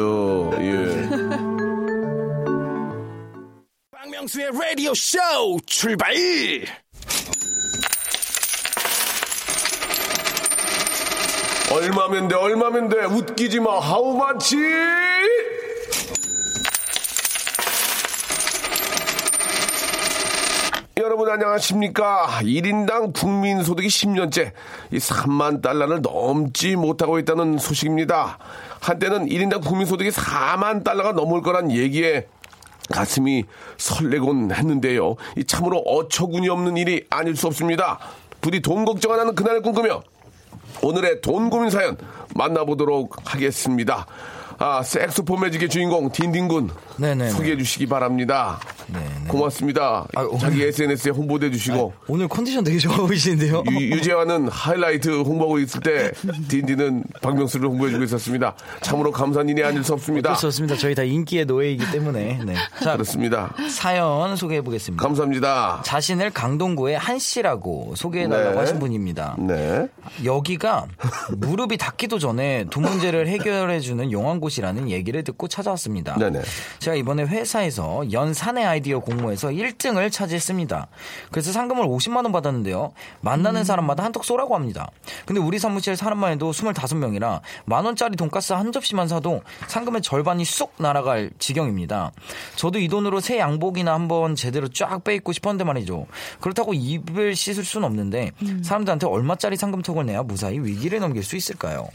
S1: 예.
S4: 박명수의 라디오 쇼 출발!
S1: 얼마면 돼, 얼마면 돼, 웃기지 마, how much? 여러분 안녕하십니까? 1인당 국민소득이 10년째 이 3만 달러를 넘지 못하고 있다는 소식입니다. 한때는 1인당 국민소득이 4만 달러가 넘을 거란 얘기에 가슴이 설레곤 했는데요. 이 참으로 어처구니 없는 일이 아닐 수 없습니다. 부디 돈 걱정 안 하는 그날을 꿈꾸며 오늘의 돈 고민 사연 만나보도록 하겠습니다. 아, 섹스포 매직의 주인공 딘딘군
S5: 네네.
S1: 소개해 주시기 바랍니다. 고맙습니다.
S5: 아, 오늘-
S1: 자기 SNS에 홍보도 해 주시고
S5: 오늘 컨디션 되게 좋아 보이시는데요.
S1: 유, 재환은 하이라이트 홍보하고 있을 때 딘딘은 박명수를 홍보해 주고 있었습니다. 참으로 감사한 일이 아닐 수 없습니다.
S5: 어쩔 수 없습니다. 저희 다 인기의 노예이기 때문에. 네. 자,
S1: 그렇습니다.
S5: 사연 소개해 보겠습니다.
S1: 감사합니다.
S5: 자신을 강동구의 한 씨라고 소개해달라고
S1: 네.
S5: 하신 분입니다.
S1: 네.
S5: 여기가 무릎이 닿기도 전에 돈 문제를 해결해주는 용한 곳이라는 얘기를 듣고 찾아왔습니다.
S1: 네네.
S5: 제가 이번에 회사에서 연 사내 아이디어 공모에서 1등을 차지했습니다. 그래서 상금을 50만 원 받았는데요. 만나는 사람마다 한턱 쏘라고 합니다. 근데 우리 사무실 사람만 해도 25명이라 만 원짜리 돈가스 한 접시만 사도 상금의 절반이 쑥 날아갈 지경입니다. 저도 이 돈으로 새 양복이나 한번 제대로 쫙 빼입고 싶었는데 말이죠. 그렇다고 입을 씻을 순 없는데 사람들한테 얼마짜리 상금톡을 내야 무사히 위기를 넘길 수 있을까요?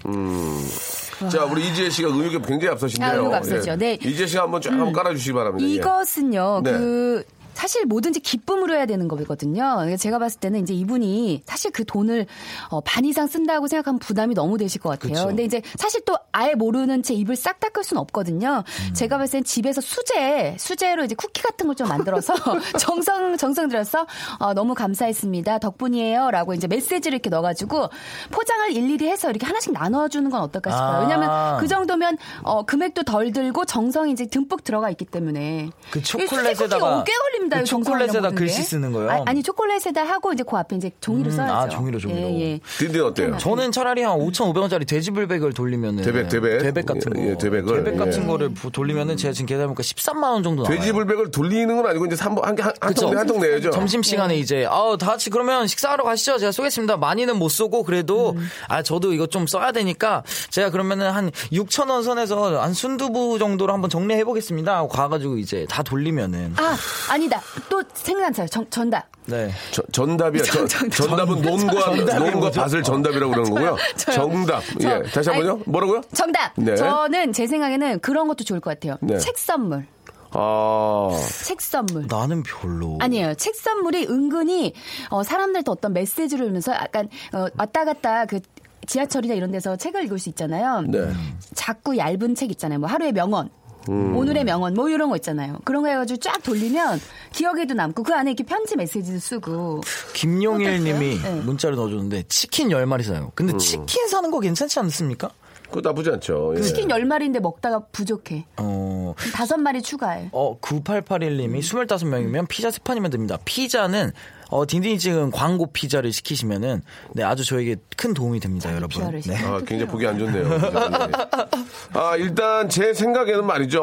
S1: 자, 우리 이지혜 씨가 의욕이 굉장히 앞서신데요. 예.
S6: 아, 의욕 앞서죠. 네.
S1: 이지혜 씨가 한번 쫙 한번 깔아주시기 바랍니다. 예.
S6: 이것은요,
S1: 네.
S6: 그, 사실 뭐든지 기쁨으로 해야 되는 거거든요. 그러니까 제가 봤을 때는 이제 이분이 사실 그 돈을 어, 반 이상 쓴다고 생각하면 부담이 너무 되실 것 같아요. 근데 이제 사실 또 아예 모르는 제 입을 싹 닦을 순 없거든요.
S1: 음.
S6: 제가 봤을 땐 집에서 수제, 수제로 이제 쿠키 같은 걸 좀 만들어서 정성, 정성 들여서 어, 너무 감사했습니다. 덕분이에요. 라고 이제 메시지를 이렇게 넣어가지고 포장을 일일이 해서 이렇게 하나씩 나눠주는 건 어떨까 싶어요.
S5: 아.
S6: 왜냐면 그 정도면 어, 금액도 덜 들고 정성이 이제 듬뿍 들어가 있기 때문에
S5: 그
S6: 이
S5: 초콜릿에다가-
S6: 수제쿠키가 꽤 걸립니다.
S5: 그
S6: 이 정성하는
S5: 초콜릿에다
S6: 모든
S5: 글씨
S6: 게.
S5: 쓰는 거요?
S6: 아, 니 초콜릿에다 하고 이제 그 앞에 이제 종이로
S5: 음,
S6: 써야죠.
S5: 아, 종이로, 종이로.
S6: 예, 예.
S1: 딘딘 어때요?
S5: 저는 차라리 한 5,500원짜리 돼지불백을 돌리면은
S1: 대백, 대백.
S5: 같은 거
S1: 예, 예, 대백을.
S5: 같은
S1: 예.
S5: 거를 부- 돌리면은 제가 지금 계산해보니까 13만 원 정도 나와요.
S1: 돼지불백을 돌리는 건 아니고 이제 한번
S5: 그쵸.
S1: 한통 한통 내야죠.
S5: 점심 시간에
S6: 예.
S5: 이제 아다 같이 그러면 식사하러 가시죠. 제가 쏘겠습니다. 많이는 못 쏘고 그래도
S6: 음.
S5: 아 저도 이거 좀 써야 되니까 제가 그러면은 한 6천 원 선에서 한 순두부 정도로 한번 정리해 보겠습니다. 하고 가가지고 이제 다 돌리면은
S6: 아, 아니다. 또 생각났어요. 정, 전답.
S5: 네
S1: 저- 전답이야. 전,
S6: 정-
S1: 답은 논과 논과
S5: 뭐죠?
S1: 밭을 전답이라고 그러는 거고요.
S6: 저요.
S1: 정답.
S6: 저-
S1: 예. 다시 한번요.
S6: 아니-
S1: 뭐라고요?
S6: 정답.
S1: 네.
S6: 저는 제 생각에는 그런 것도 좋을 것 같아요.
S1: 네.
S6: 책 선물.
S1: 아.
S6: 책 선물.
S5: 나는 별로
S6: 아니에요. 책 선물이 은근히 어, 사람들한테 어떤 메시지를 주면서 약간 어, 왔다 갔다 그 지하철이나 이런 데서 책을 읽을 수 있잖아요.
S1: 네.
S6: 자꾸 얇은 책 있잖아요. 뭐 하루의 명언.
S5: 음.
S6: 오늘의 명언 뭐 이런 거 있잖아요. 그런 거 해가지고 쫙 돌리면 기억에도 남고 그 안에 이렇게 편지 메시지도 쓰고
S5: 김용일님이
S6: 어땠어요? 네.
S5: 문자를 넣어줬는데 치킨 1 0 마리 사요. 근데
S1: 음.
S5: 치킨 사는 거 괜찮지 않습니까?
S1: 그거 나쁘지 않죠.
S5: 네.
S1: 예.
S6: 치킨 열 마리인데 먹다가 부족해.
S5: 어
S6: 다섯 마리 추가해.
S5: 어,
S1: 음.
S5: 9881님이 25명이면 피자 세 판이면 됩니다. 피자는 어, 딘딘이 찍은 광고 피자를 시키시면은 네, 아주 저에게 큰 도움이 됩니다, 여러분.
S6: 피자를 그
S5: 네.
S6: 시켜.
S1: 아, 굉장히 보기 안 좋네요. 예. 아, 일단 제 생각에는 말이죠.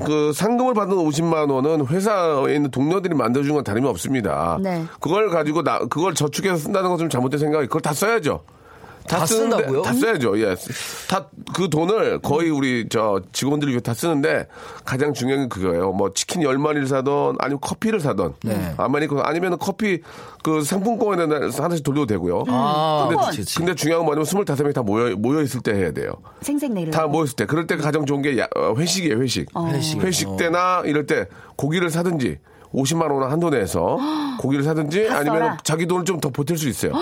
S5: 네.
S1: 그 상금을 받은 50만 원은 회사에 있는 동료들이 만들어준 건 다름이 없습니다.
S6: 네.
S1: 그걸 가지고 나, 그걸 저축해서 쓴다는 것은 잘못된 생각이 그걸 다 써야죠.
S5: 다
S1: 쓰는데-
S5: 쓴다고요?
S1: 다 써야죠. 예. 다 그 돈을 거의 우리 저 직원들 위해 다 쓰는데 가장 중요한 게 그거예요. 뭐 치킨 10마리를 사던 아니면 커피를 사던
S5: 네.
S1: 아니면 그- 아니면 커피 그 상품권에 하나씩 돌려도 되고요.
S5: 아,
S1: 근데,
S5: 그치, 그치.
S1: 근데 중요한 건 뭐냐면 25명이 다 모여 모여 있을 때 해야 돼요.
S6: 생생내를.
S1: 다 모였을 때 그럴 때가 가장 좋은 게 야- 어, 회식이에요 회식 회식,
S5: 어.
S1: 때나 이럴 때 고기를 사든지 50만 원 한도 내에서 고기를 사든지
S6: 다
S1: 아니면
S6: 써라.
S1: 자기 돈을 좀 더 보탤 수 있어요.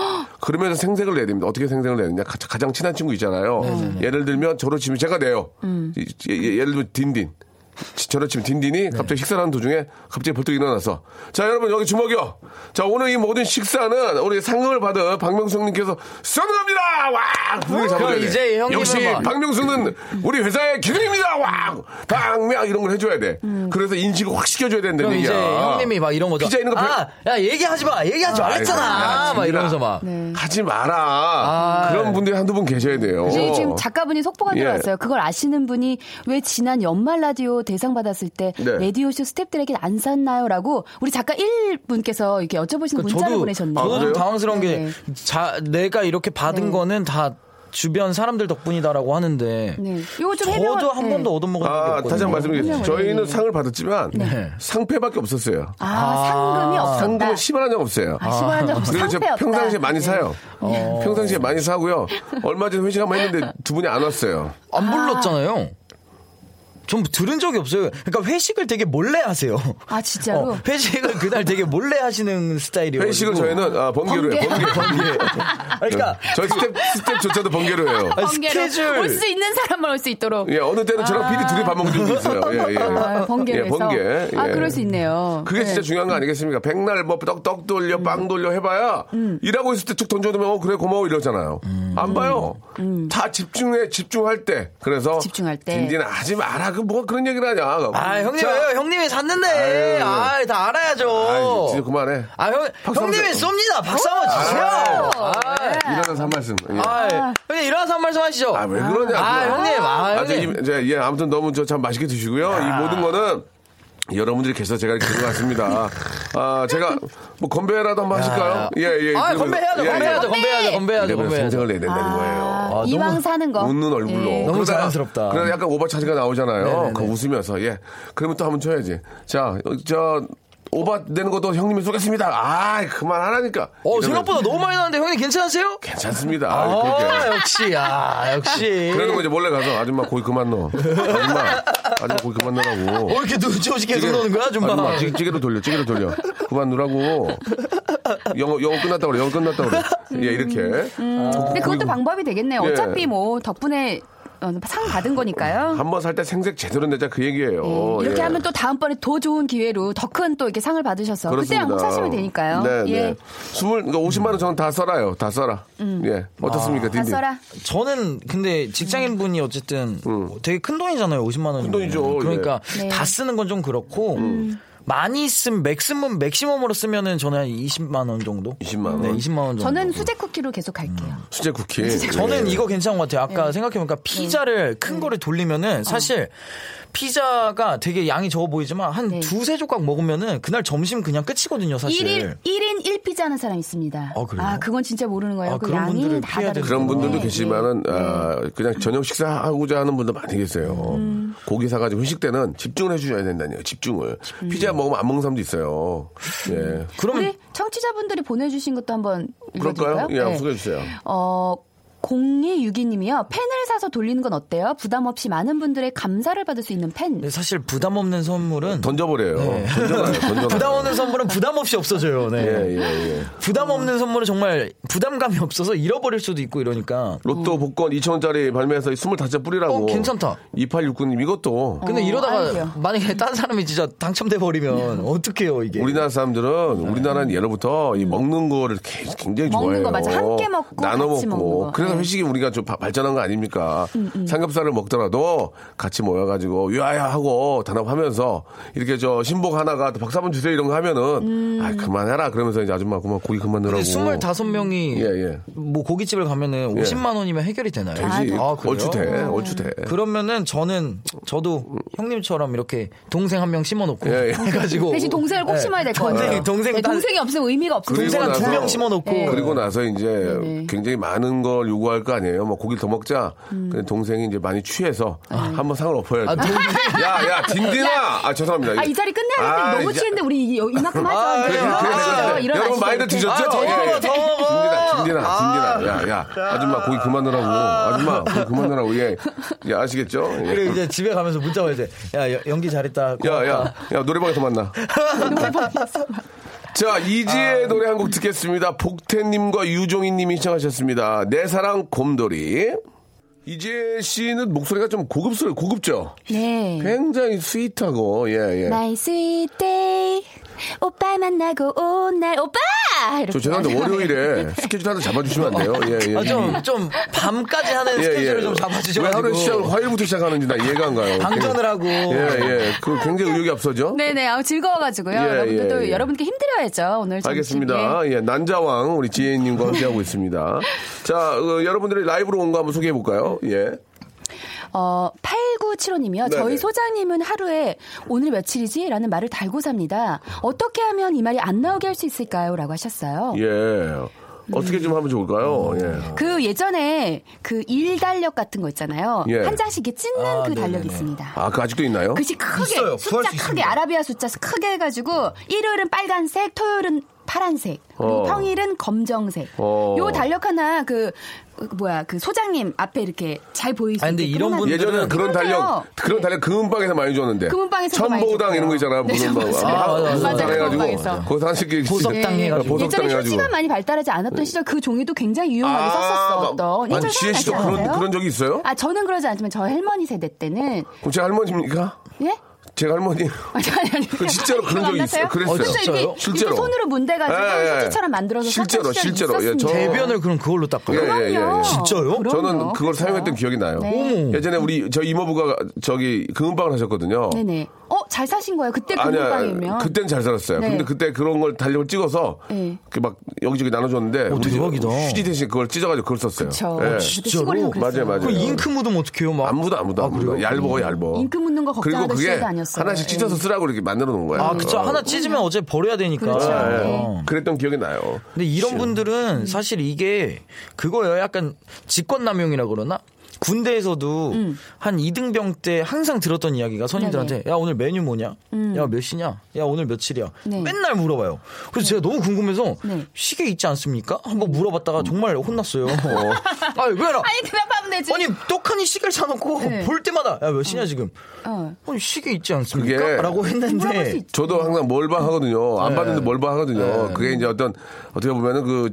S1: 그러면서 생색을 내야 됩니다. 어떻게 생색을 내느냐. 가- 가장 친한 친구 있잖아요.
S6: 네,
S1: 예를 들면 저로 치면 제가 내요.
S6: 음.
S1: 이- 예, 예, 예를 들면 딘딘. 지- 저로 치면
S6: 네.
S1: 딘딘이 갑자기 식사하는 도중에 갑자기 벌떡 일어나서 자 여러분 여기 주먹이요. 자 오늘 이 모든 식사는 우리 상금을 받은 박명숙님께서 쏘는 겁니다. 와 분위기 잡아야
S5: 그럼
S1: 돼.
S5: 이제 형님은
S1: 역시
S5: 뭐-
S1: 박명수는 우리 회사의 기둥입니다. 와, 박명 이런 걸 해줘야 돼.
S6: 음.
S1: 그래서 인식을 확 시켜줘야 된다는
S5: 그럼
S1: 얘기야.
S5: 이제 형님이 막 이런 거죠.
S1: 피자 있는 거 별-
S5: 아, 야 얘기하지 마, 얘기하지 말랬잖아.
S1: 아이고, 야,
S5: 막 이러면서
S1: 진짜.
S6: 네.
S5: 막.
S1: 하지 마라.
S5: 아.
S1: 그런 분들이 한두 분 계셔야 돼요.
S6: 네,
S5: 어.
S6: 지금 작가분이 속보가
S1: 예.
S6: 들어왔어요. 그걸 아시는 분이 왜 지난 연말 라디오 대상 받았을 때
S1: 네.
S6: 라디오쇼 스탭들에게 안 샀나요라고 우리 작가 1분께서 이렇게 여쭤보시는
S5: 그러니까
S6: 문자를
S5: 저도
S6: 보내셨네요.
S5: 저도 좀
S1: 그래요?
S5: 당황스러운
S6: 네.
S5: 게 자, 내가 이렇게 받은
S6: 네.
S5: 거는 다 주변 사람들 덕분이다라고 하는데.
S6: 네. 요거 좀 네. 해명.
S5: 저도 한 번도 얻어먹은 적이
S1: 아,
S5: 없거든요.
S1: 다시 한 번 말씀드리겠습니다.
S6: 그냥
S1: 저희는
S6: 원래는.
S1: 상을 받았지만
S5: 네.
S1: 상패밖에 없었어요.
S6: 아, 상금이 없었다.
S1: 상금은 10만 원이 없어요.
S6: 아, 10만 원 없어.
S1: 그래서 제가
S6: 상패 없다.
S1: 평상시에 많이
S6: 네.
S1: 사요. 평상시에 많이 사고요. 얼마 전에 회식 한번 했는데 두 분이 안 왔어요.
S5: 안 불렀잖아요. 전 들은 적이 없어요. 그러니까 회식을 되게 몰래 하세요.
S6: 아, 진짜로?
S5: 어, 회식을 그날 되게 몰래 하시는 스타일이에요.
S1: 회식은 저희는 아, 번개로 해요. 번개. 네.
S5: 그러니까
S1: 저희 스텝, 스텝조차도 번개로 해요.
S5: 아니,
S6: 번개로
S5: 스케줄.
S6: 올수 있는 사람만 올 수 있도록.
S1: 예, 어느 때는 저랑 PD 둘이 밥 먹은 적도 있어요. 예, 예.
S6: 아, 번개로
S1: 예,
S6: 해서.
S1: 번개.
S6: 아,
S1: 예.
S6: 그럴 수 있네요.
S1: 그게
S6: 네.
S1: 진짜 중요한 거 아니겠습니까? 백날 뭐 떡, 떡 돌려,
S5: 음.
S1: 빵 돌려 해봐야 일하고 있을 때 툭 던져두면 어, 그래, 고마워 이러잖아요.
S5: 음.
S1: 안 봐요. 다 집중해, 집중할 때. 그래서.
S6: 집중할 때.
S1: 딘딘아, 하지 마라. 그 뭐 그런 얘기를 하냐.
S5: 아 형님
S1: 네. 자,
S5: 형님이 샀는데
S1: 아유.
S5: 아다 알아야죠.
S1: 아이, 진짜 그만해.
S5: 아, 형,
S1: 박수 한번
S5: 형님이
S1: 줘.
S5: 쏩니다. 박수 한번 주세요. 아,
S1: 일어나서 한 말씀. 예.
S5: 아, 형님 일어나서 한 말씀 하시죠.
S1: 아, 왜 그러냐.
S5: 아,
S1: 그냥.
S5: 형님, 아,
S1: 아, 저
S5: 형님.
S1: 이- 저, 예, 아무튼 너무 저 참 맛있게 드시고요. 이 모든 거는 여러분들이 계셔서 제가 이렇게 된것 같습니다. 아, 제가 뭐 건배라도 한번 하실까요? 예, 예.
S5: 아,
S1: 그러면서-
S5: 건배해야죠,
S1: 예, 예.
S5: 건배해야죠, 건배해야죠, 건배해야죠,
S1: 이러면서
S5: 건배해야죠.
S1: 생생을 내야 된다는 거예요.
S5: 아,
S6: 이왕
S5: 너무-
S6: 사는 거.
S1: 웃는 얼굴로.
S6: 예.
S5: 너무 자연스럽다. 네,
S1: 그래 약간 오바 차지가 나오잖아요. 그 웃으면서 예. 그러면 또 한번 쳐야지. 자, 어, 저 오바 되는 것도 형님이 쏘겠습니다. 아, 그만하라니까.
S5: 어,
S1: 이러면
S5: 생각보다 너무 많이 나는데 형님 괜찮으세요?
S1: 괜찮습니다.
S5: 아,
S1: 아, 그렇게.
S5: 역시, 아, 역시.
S1: 그러는 거 이제 몰래 가서 아줌마 고기 그만 넣어. 아줌마, 아줌마 고기 그만 넣으라고.
S5: 어, 이렇게 눈치 없이 계속 노는 거야, 좀 봐.
S1: 아줌마 찌, 찌개로 돌려, 찌개로 돌려. 그만 넣으라고. 영어 영어 끝났다 그래, 영어 끝났다 그래. 예 이렇게.
S6: 음. 근데 그것도 방법이 되겠네요.
S1: 예.
S6: 어차피 뭐 덕분에 어, 상 받은 거니까요.
S1: 한 번 살 때 생색 제대로 내자 그 얘기예요.
S6: 예, 이렇게
S1: 예.
S6: 하면 또 다음번에 더 좋은 기회로 더 큰 또 이렇게 상을 받으셔서
S1: 그렇습니다.
S6: 어, 그때 한번 사시면 되니까요.
S1: 네,
S6: 예. 음.
S1: 네. 스물 그러니까 50만 원 저는 다 써라요. 다 써라. 예. 어떻습니까,
S6: 아, 다
S1: 딘딘?
S6: 써라.
S5: 저는 근데 직장인 분이 어쨌든 되게 큰 돈이잖아요, 50만 원.
S1: 음. 큰 돈이죠, 음.
S5: 그러니까
S6: 예. 네.
S5: 다 쓰는 건 좀 그렇고 많이 쓴 맥시멈 맥시멈으로 쓰면은 저는 한 20만 원 정도.
S1: 20만 원.
S5: 네, 20만 원 정도.
S6: 저는 수제 쿠키로 계속 갈게요.
S1: 수제 쿠키. 예.
S5: 저는 이거 괜찮은 것 같아요.
S6: 예.
S5: 아까
S6: 음.
S5: 생각해보니까 피자를 큰 거를
S6: 어.
S5: 돌리면은 사실 피자가 되게 양이 적어 보이지만 한 두세 조각 먹으면은 그날 점심 그냥 끝이거든요,
S1: 아,
S5: 사실.
S6: 네. 1일, 1인 1피자 하는 사람 있습니다.
S5: 아, 그래요?
S6: 그건 진짜 모르는 거예요.
S5: 아,
S6: 그
S5: 그런 분들은
S6: 양이 다
S5: 피해야
S6: 다른
S1: 그런 분들도
S6: 네,
S1: 계시지만은
S6: 네.
S1: 아, 그냥 저녁 식사하고자 하는 분들 많이 계세요.
S6: 음.
S1: 고기 사가지고 회식 때는 집중을 해주셔야 된다니요. 집중을. 피자 먹으면 안 먹는 사람도 있어요.
S6: 음.
S1: 예.
S5: 그러면
S6: 우리 청취자분들이 보내주신 것도 한번
S1: 그럴까요?
S6: 읽어드릴까요?
S1: 예, 한번
S6: 네.
S1: 소개해 주세요.
S6: 어, 0262님이요. 펜을 사서 돌리는 건 어때요? 부담 없이 많은 분들의 감사를 받을 수 있는 펜.
S1: 네,
S5: 근데 사실 부담 없는 선물은
S1: 던져버려요. 던져놔요. 던져놔요.
S5: 네. 부담 없는 선물은 부담 없이 없어져요. 네.
S1: 예, 예, 예.
S5: 부담 없는 선물은 정말 부담감이 없어서 잃어버릴 수도 있고 이러니까.
S1: 로또
S6: 음.
S1: 복권 2,000원짜리 발매해서 25자 뿌리라고.
S5: 어, 괜찮다.
S1: 2869님 이것도.
S5: 근데
S6: 어, 네.
S5: 이러다가
S6: 아이디어.
S5: 만약에 다른 사람이 진짜 당첨돼 버리면 어떡해요,
S6: 예.
S5: 이게.
S1: 우리나라 사람들은 우리나라는 예로부터 이 먹는 거를 개- 굉장히
S6: 네. 먹는
S1: 좋아해요.
S6: 거 맞아. 함께 먹고
S1: 나눠
S6: 같이
S1: 먹고.
S6: 먹는 거.
S1: 그래서
S6: 네. 음,
S1: 회식이 우리가 좀 바- 발전한 거 아닙니까? 삼겹살을 먹더라도 같이 모여가지고 야야 하고 단합하면서 이렇게 저 신복
S6: 음.
S1: 하나가 박사 한번 주세요 이런 거 하면은 아 그만해라 그러면서 이제 아줌마 그만 고기 그만 넣으라고.
S5: 25명이 거의
S1: 예, 예.
S5: 뭐 고깃집을 가면은
S1: 예.
S5: 50만 원이면 해결이 되나요?
S6: 네.
S1: 되지. 예.
S5: 아, 그래요?
S1: 얼추 돼.
S6: 음.
S1: 얼추 돼.
S5: 그러면은 저는 저도 형님처럼 이렇게 동생 한 명 심어놓고
S1: 예, 예.
S5: 해가지고
S6: 대신 동생을 꼭
S1: 네,
S5: 예.
S6: 심어야 될 것 같아요.
S5: 동생이- 동생
S6: 네,
S5: 딸-
S6: 동생이 없으면 의미가 없어요.
S1: 그리고
S5: 동생
S1: 나서-
S5: 한두 명 심어놓고
S6: 예.
S1: 그리고 나서 이제 굉장히 많은 걸 요구할 거 아니에요. 뭐 고기를 더 먹자.
S6: 음.
S1: 근데 동생이 이제 많이 취해서 한번 상을 엎어야
S5: 아,
S1: 돼.
S5: 동생
S1: 야, 야, 딘딘아! 아, 죄송합니다.
S6: 아, 이 자리 끝내야 되는데
S1: 아,
S6: 너무
S1: 이제-
S6: 취했는데 우리 이- 이만큼 하죠.
S5: 아,
S6: 네,
S5: 그래요?
S6: 일어나시죠.
S5: 그래요, 그래요.
S6: 일어나시죠.
S1: 여러분 많이들
S6: 이렇게.
S1: 드셨죠? 예.
S5: 아, 더 먹어, 더 먹어.
S1: 딘딘아, 딘딘아, 딘딘아. 야, 야. 아줌마 고기 그만 넣으라고. 아줌마 고기 그만 넣으라고. 예. 예, 아시겠죠? 예.
S5: 그리고 이제 집에 가면서 문자 와야 돼. 야 여- 연기 잘했다.
S1: 야, 야, 야, 노래방에서 만나. 자, 이지의 노래 한 곡 듣겠습니다. 복태님과 유종인님이 시청하셨습니다. 내 사랑 곰돌이. 이지혜 씨는 목소리가 좀 고급스러워, 고급죠?
S6: 네.
S1: 굉장히 스윗하고, 예, 예.
S6: My sweet day. 오빠 만나고 온 날 오빠! 이렇게
S5: 예,
S1: 저 죄송한데
S6: 하시면
S1: 월요일에 스케줄 하나 잡아주시면 안 돼요? 예, 예.
S5: 좀좀 밤까지 하는 스케줄을 좀
S1: 왜 하루 시작을
S5: 잡아주셔가지고
S1: 화요일부터 시작하는지 나 이해가 안 가요.
S5: 방전을 하고
S1: 예, 예. 그 굉장히 의욕이 앞서죠?
S6: 네네, 아우 즐거워가지고요.
S1: 예,
S6: 여러분들도
S1: 예, 예.
S6: 여러분께 힘들어야죠. 오늘 좀 네.
S1: 알겠습니다. 예, 난자왕 우리 지혜님과 함께하고 있습니다. 자, 어, 여러분들이 라이브로 온 거 한번 소개해 볼까요? 예.
S6: 어, 8975님이요.
S1: 네네.
S6: 저희 소장님은 하루에 오늘 며칠이지? 라는 말을 달고 삽니다. 어떻게 하면 이 말이 안 나오게 할 수 있을까요? 라고 하셨어요.
S1: 예. 어떻게 좀 하면 좋을까요? 예.
S6: 그 예전에 그 일 달력 같은 거 있잖아요.
S1: 예.
S6: 한 장씩 이렇게 찢는
S5: 아,
S6: 그 달력
S5: 네네네.
S6: 있습니다.
S1: 아, 그 아직도 있나요?
S6: 글씨 크게
S5: 있어요. 구할
S6: 숫자
S5: 수
S6: 크게
S5: 있습니다.
S6: 아라비아 숫자 크게 해가지고 일요일은 빨간색, 토요일은 파란색, 그리고
S1: 어.
S6: 평일은 검정색.
S1: 어.
S6: 요 달력 하나 그, 그 뭐야 그 소장님 앞에 이렇게 잘 보이시는.
S5: 아니, 근데 이런 분들-
S1: 예전에는 그런 달력,
S6: 그러네요.
S1: 그런 달력 금은방에서 많이 줬는데.
S6: 금은방에서
S1: 천보당
S6: 많이
S1: 이런 거 있잖아.
S6: 네,
S1: 무슨 막
S6: 맞아요.
S1: 아,
S5: 맞아요, 맞아요.
S1: 무슨 당 해가지고.
S6: 금은방에서.
S1: 거기서 한씩 이렇게
S5: 보석당
S1: 예.
S5: 해가지고.
S1: 보석당
S6: 네. 예전에
S1: 해가지고. 네. 아,
S6: 휴지가 많이 발달하지 않았던 시절 그 종이도 굉장히 유용하게 썼었어.
S1: 막-
S6: 어떤
S1: 아니,
S6: 예전
S1: 지혜 씨도
S6: 생각나지
S1: 그런,
S6: 않아요?
S1: 그런 적이 있어요?
S6: 아 저는 그러지 않지만 저 할머니 세대 때는
S1: 그럼 제 할머니입니까?
S6: 예?
S1: 제 할머니.
S6: 아니, 아니, 아니.
S1: 그 실제로 그런 적이 있어요. 그랬어요.
S6: 어, 진짜 이렇게,
S5: 진짜요?
S6: 이렇게
S1: 실제로.
S6: 손으로 문대가지고
S1: 예, 예.
S6: 휴지처럼 만들어서
S1: 실제로,
S6: 썼던 시절이
S1: 실제로. 예,
S6: 있었습니다.
S1: 저-
S5: 대변을 그럼 그걸로 닦아요.
S1: 예, 예, 예, 예.
S5: 진짜요?
S6: 그럼요.
S1: 저는 그걸
S6: 그렇죠.
S1: 사용했던 기억이 나요.
S6: 네.
S1: 예전에 우리 저 이모부가 저기 금은방을 하셨거든요.
S6: 네네. 어, 잘 사신 거예요. 그때
S1: 아니야,
S6: 금은방이면.
S1: 그땐 잘 살았어요.
S6: 네.
S1: 근데 그때 그런 걸 달력을 찍어서
S6: 네.
S1: 이렇게 막 여기저기 나눠줬는데 우리
S5: 어, 대박이다.
S1: 휴지 대신 그걸 찢어가지고 그걸 썼어요.
S6: 그쵸.
S1: 예.
S6: 그때
S5: 진짜로?
S6: 시골에서 그랬어요.
S1: 맞아요, 맞아요.
S5: 그 잉크 아, 묻으면 어떡해요? 막.
S1: 안 묻어, 안 묻어, 안 묻어. 얇어, 얇어.
S6: 잉크 묻는 거
S1: 그리고
S6: 걱정하던
S1: 그게
S6: 시절도 아니었어요.
S1: 하나씩
S6: 예.
S1: 찢어서 쓰라고 이렇게 만들어 놓은 거예요.
S5: 아, 그쵸.
S1: 어.
S5: 하나 찢으면 어제 버려야 되니까.
S6: 그렇죠.
S1: 예, 예.
S5: 어.
S1: 그랬던 기억이 나요.
S5: 근데 이런
S6: 음.
S5: 분들은 사실 이게 그거예요. 약간 직권남용이라 그러나? 군대에서도
S6: 음.
S5: 한 2등병 때 항상 들었던 이야기가 선임들한테 야 오늘 메뉴 뭐냐? 야 몇 시냐? 야 오늘 며칠이야?
S6: 음. 네.
S5: 맨날 물어봐요. 그래서 제가 너무 궁금해서
S6: 네. 음.
S5: 시계 있지 않습니까? 한번 물어봤다가 정말 혼났어요. 아니 왜 알아?
S6: 아니, 대답하면 되지.
S5: 아니 똑하니 시계를 사놓고
S6: 네.
S5: 볼 때마다 야 몇 시냐 지금?
S6: 어.
S5: 아니 시계 있지 않습니까?
S1: 그게
S5: 라고
S6: 물어볼 수
S5: 했는데
S6: 있지.
S1: 저도 항상 뭘봐 하거든요.
S5: 네.
S1: 안 봤는데 뭘 봐 하거든요. 그게 이제 어떤 어떻게 보면은 그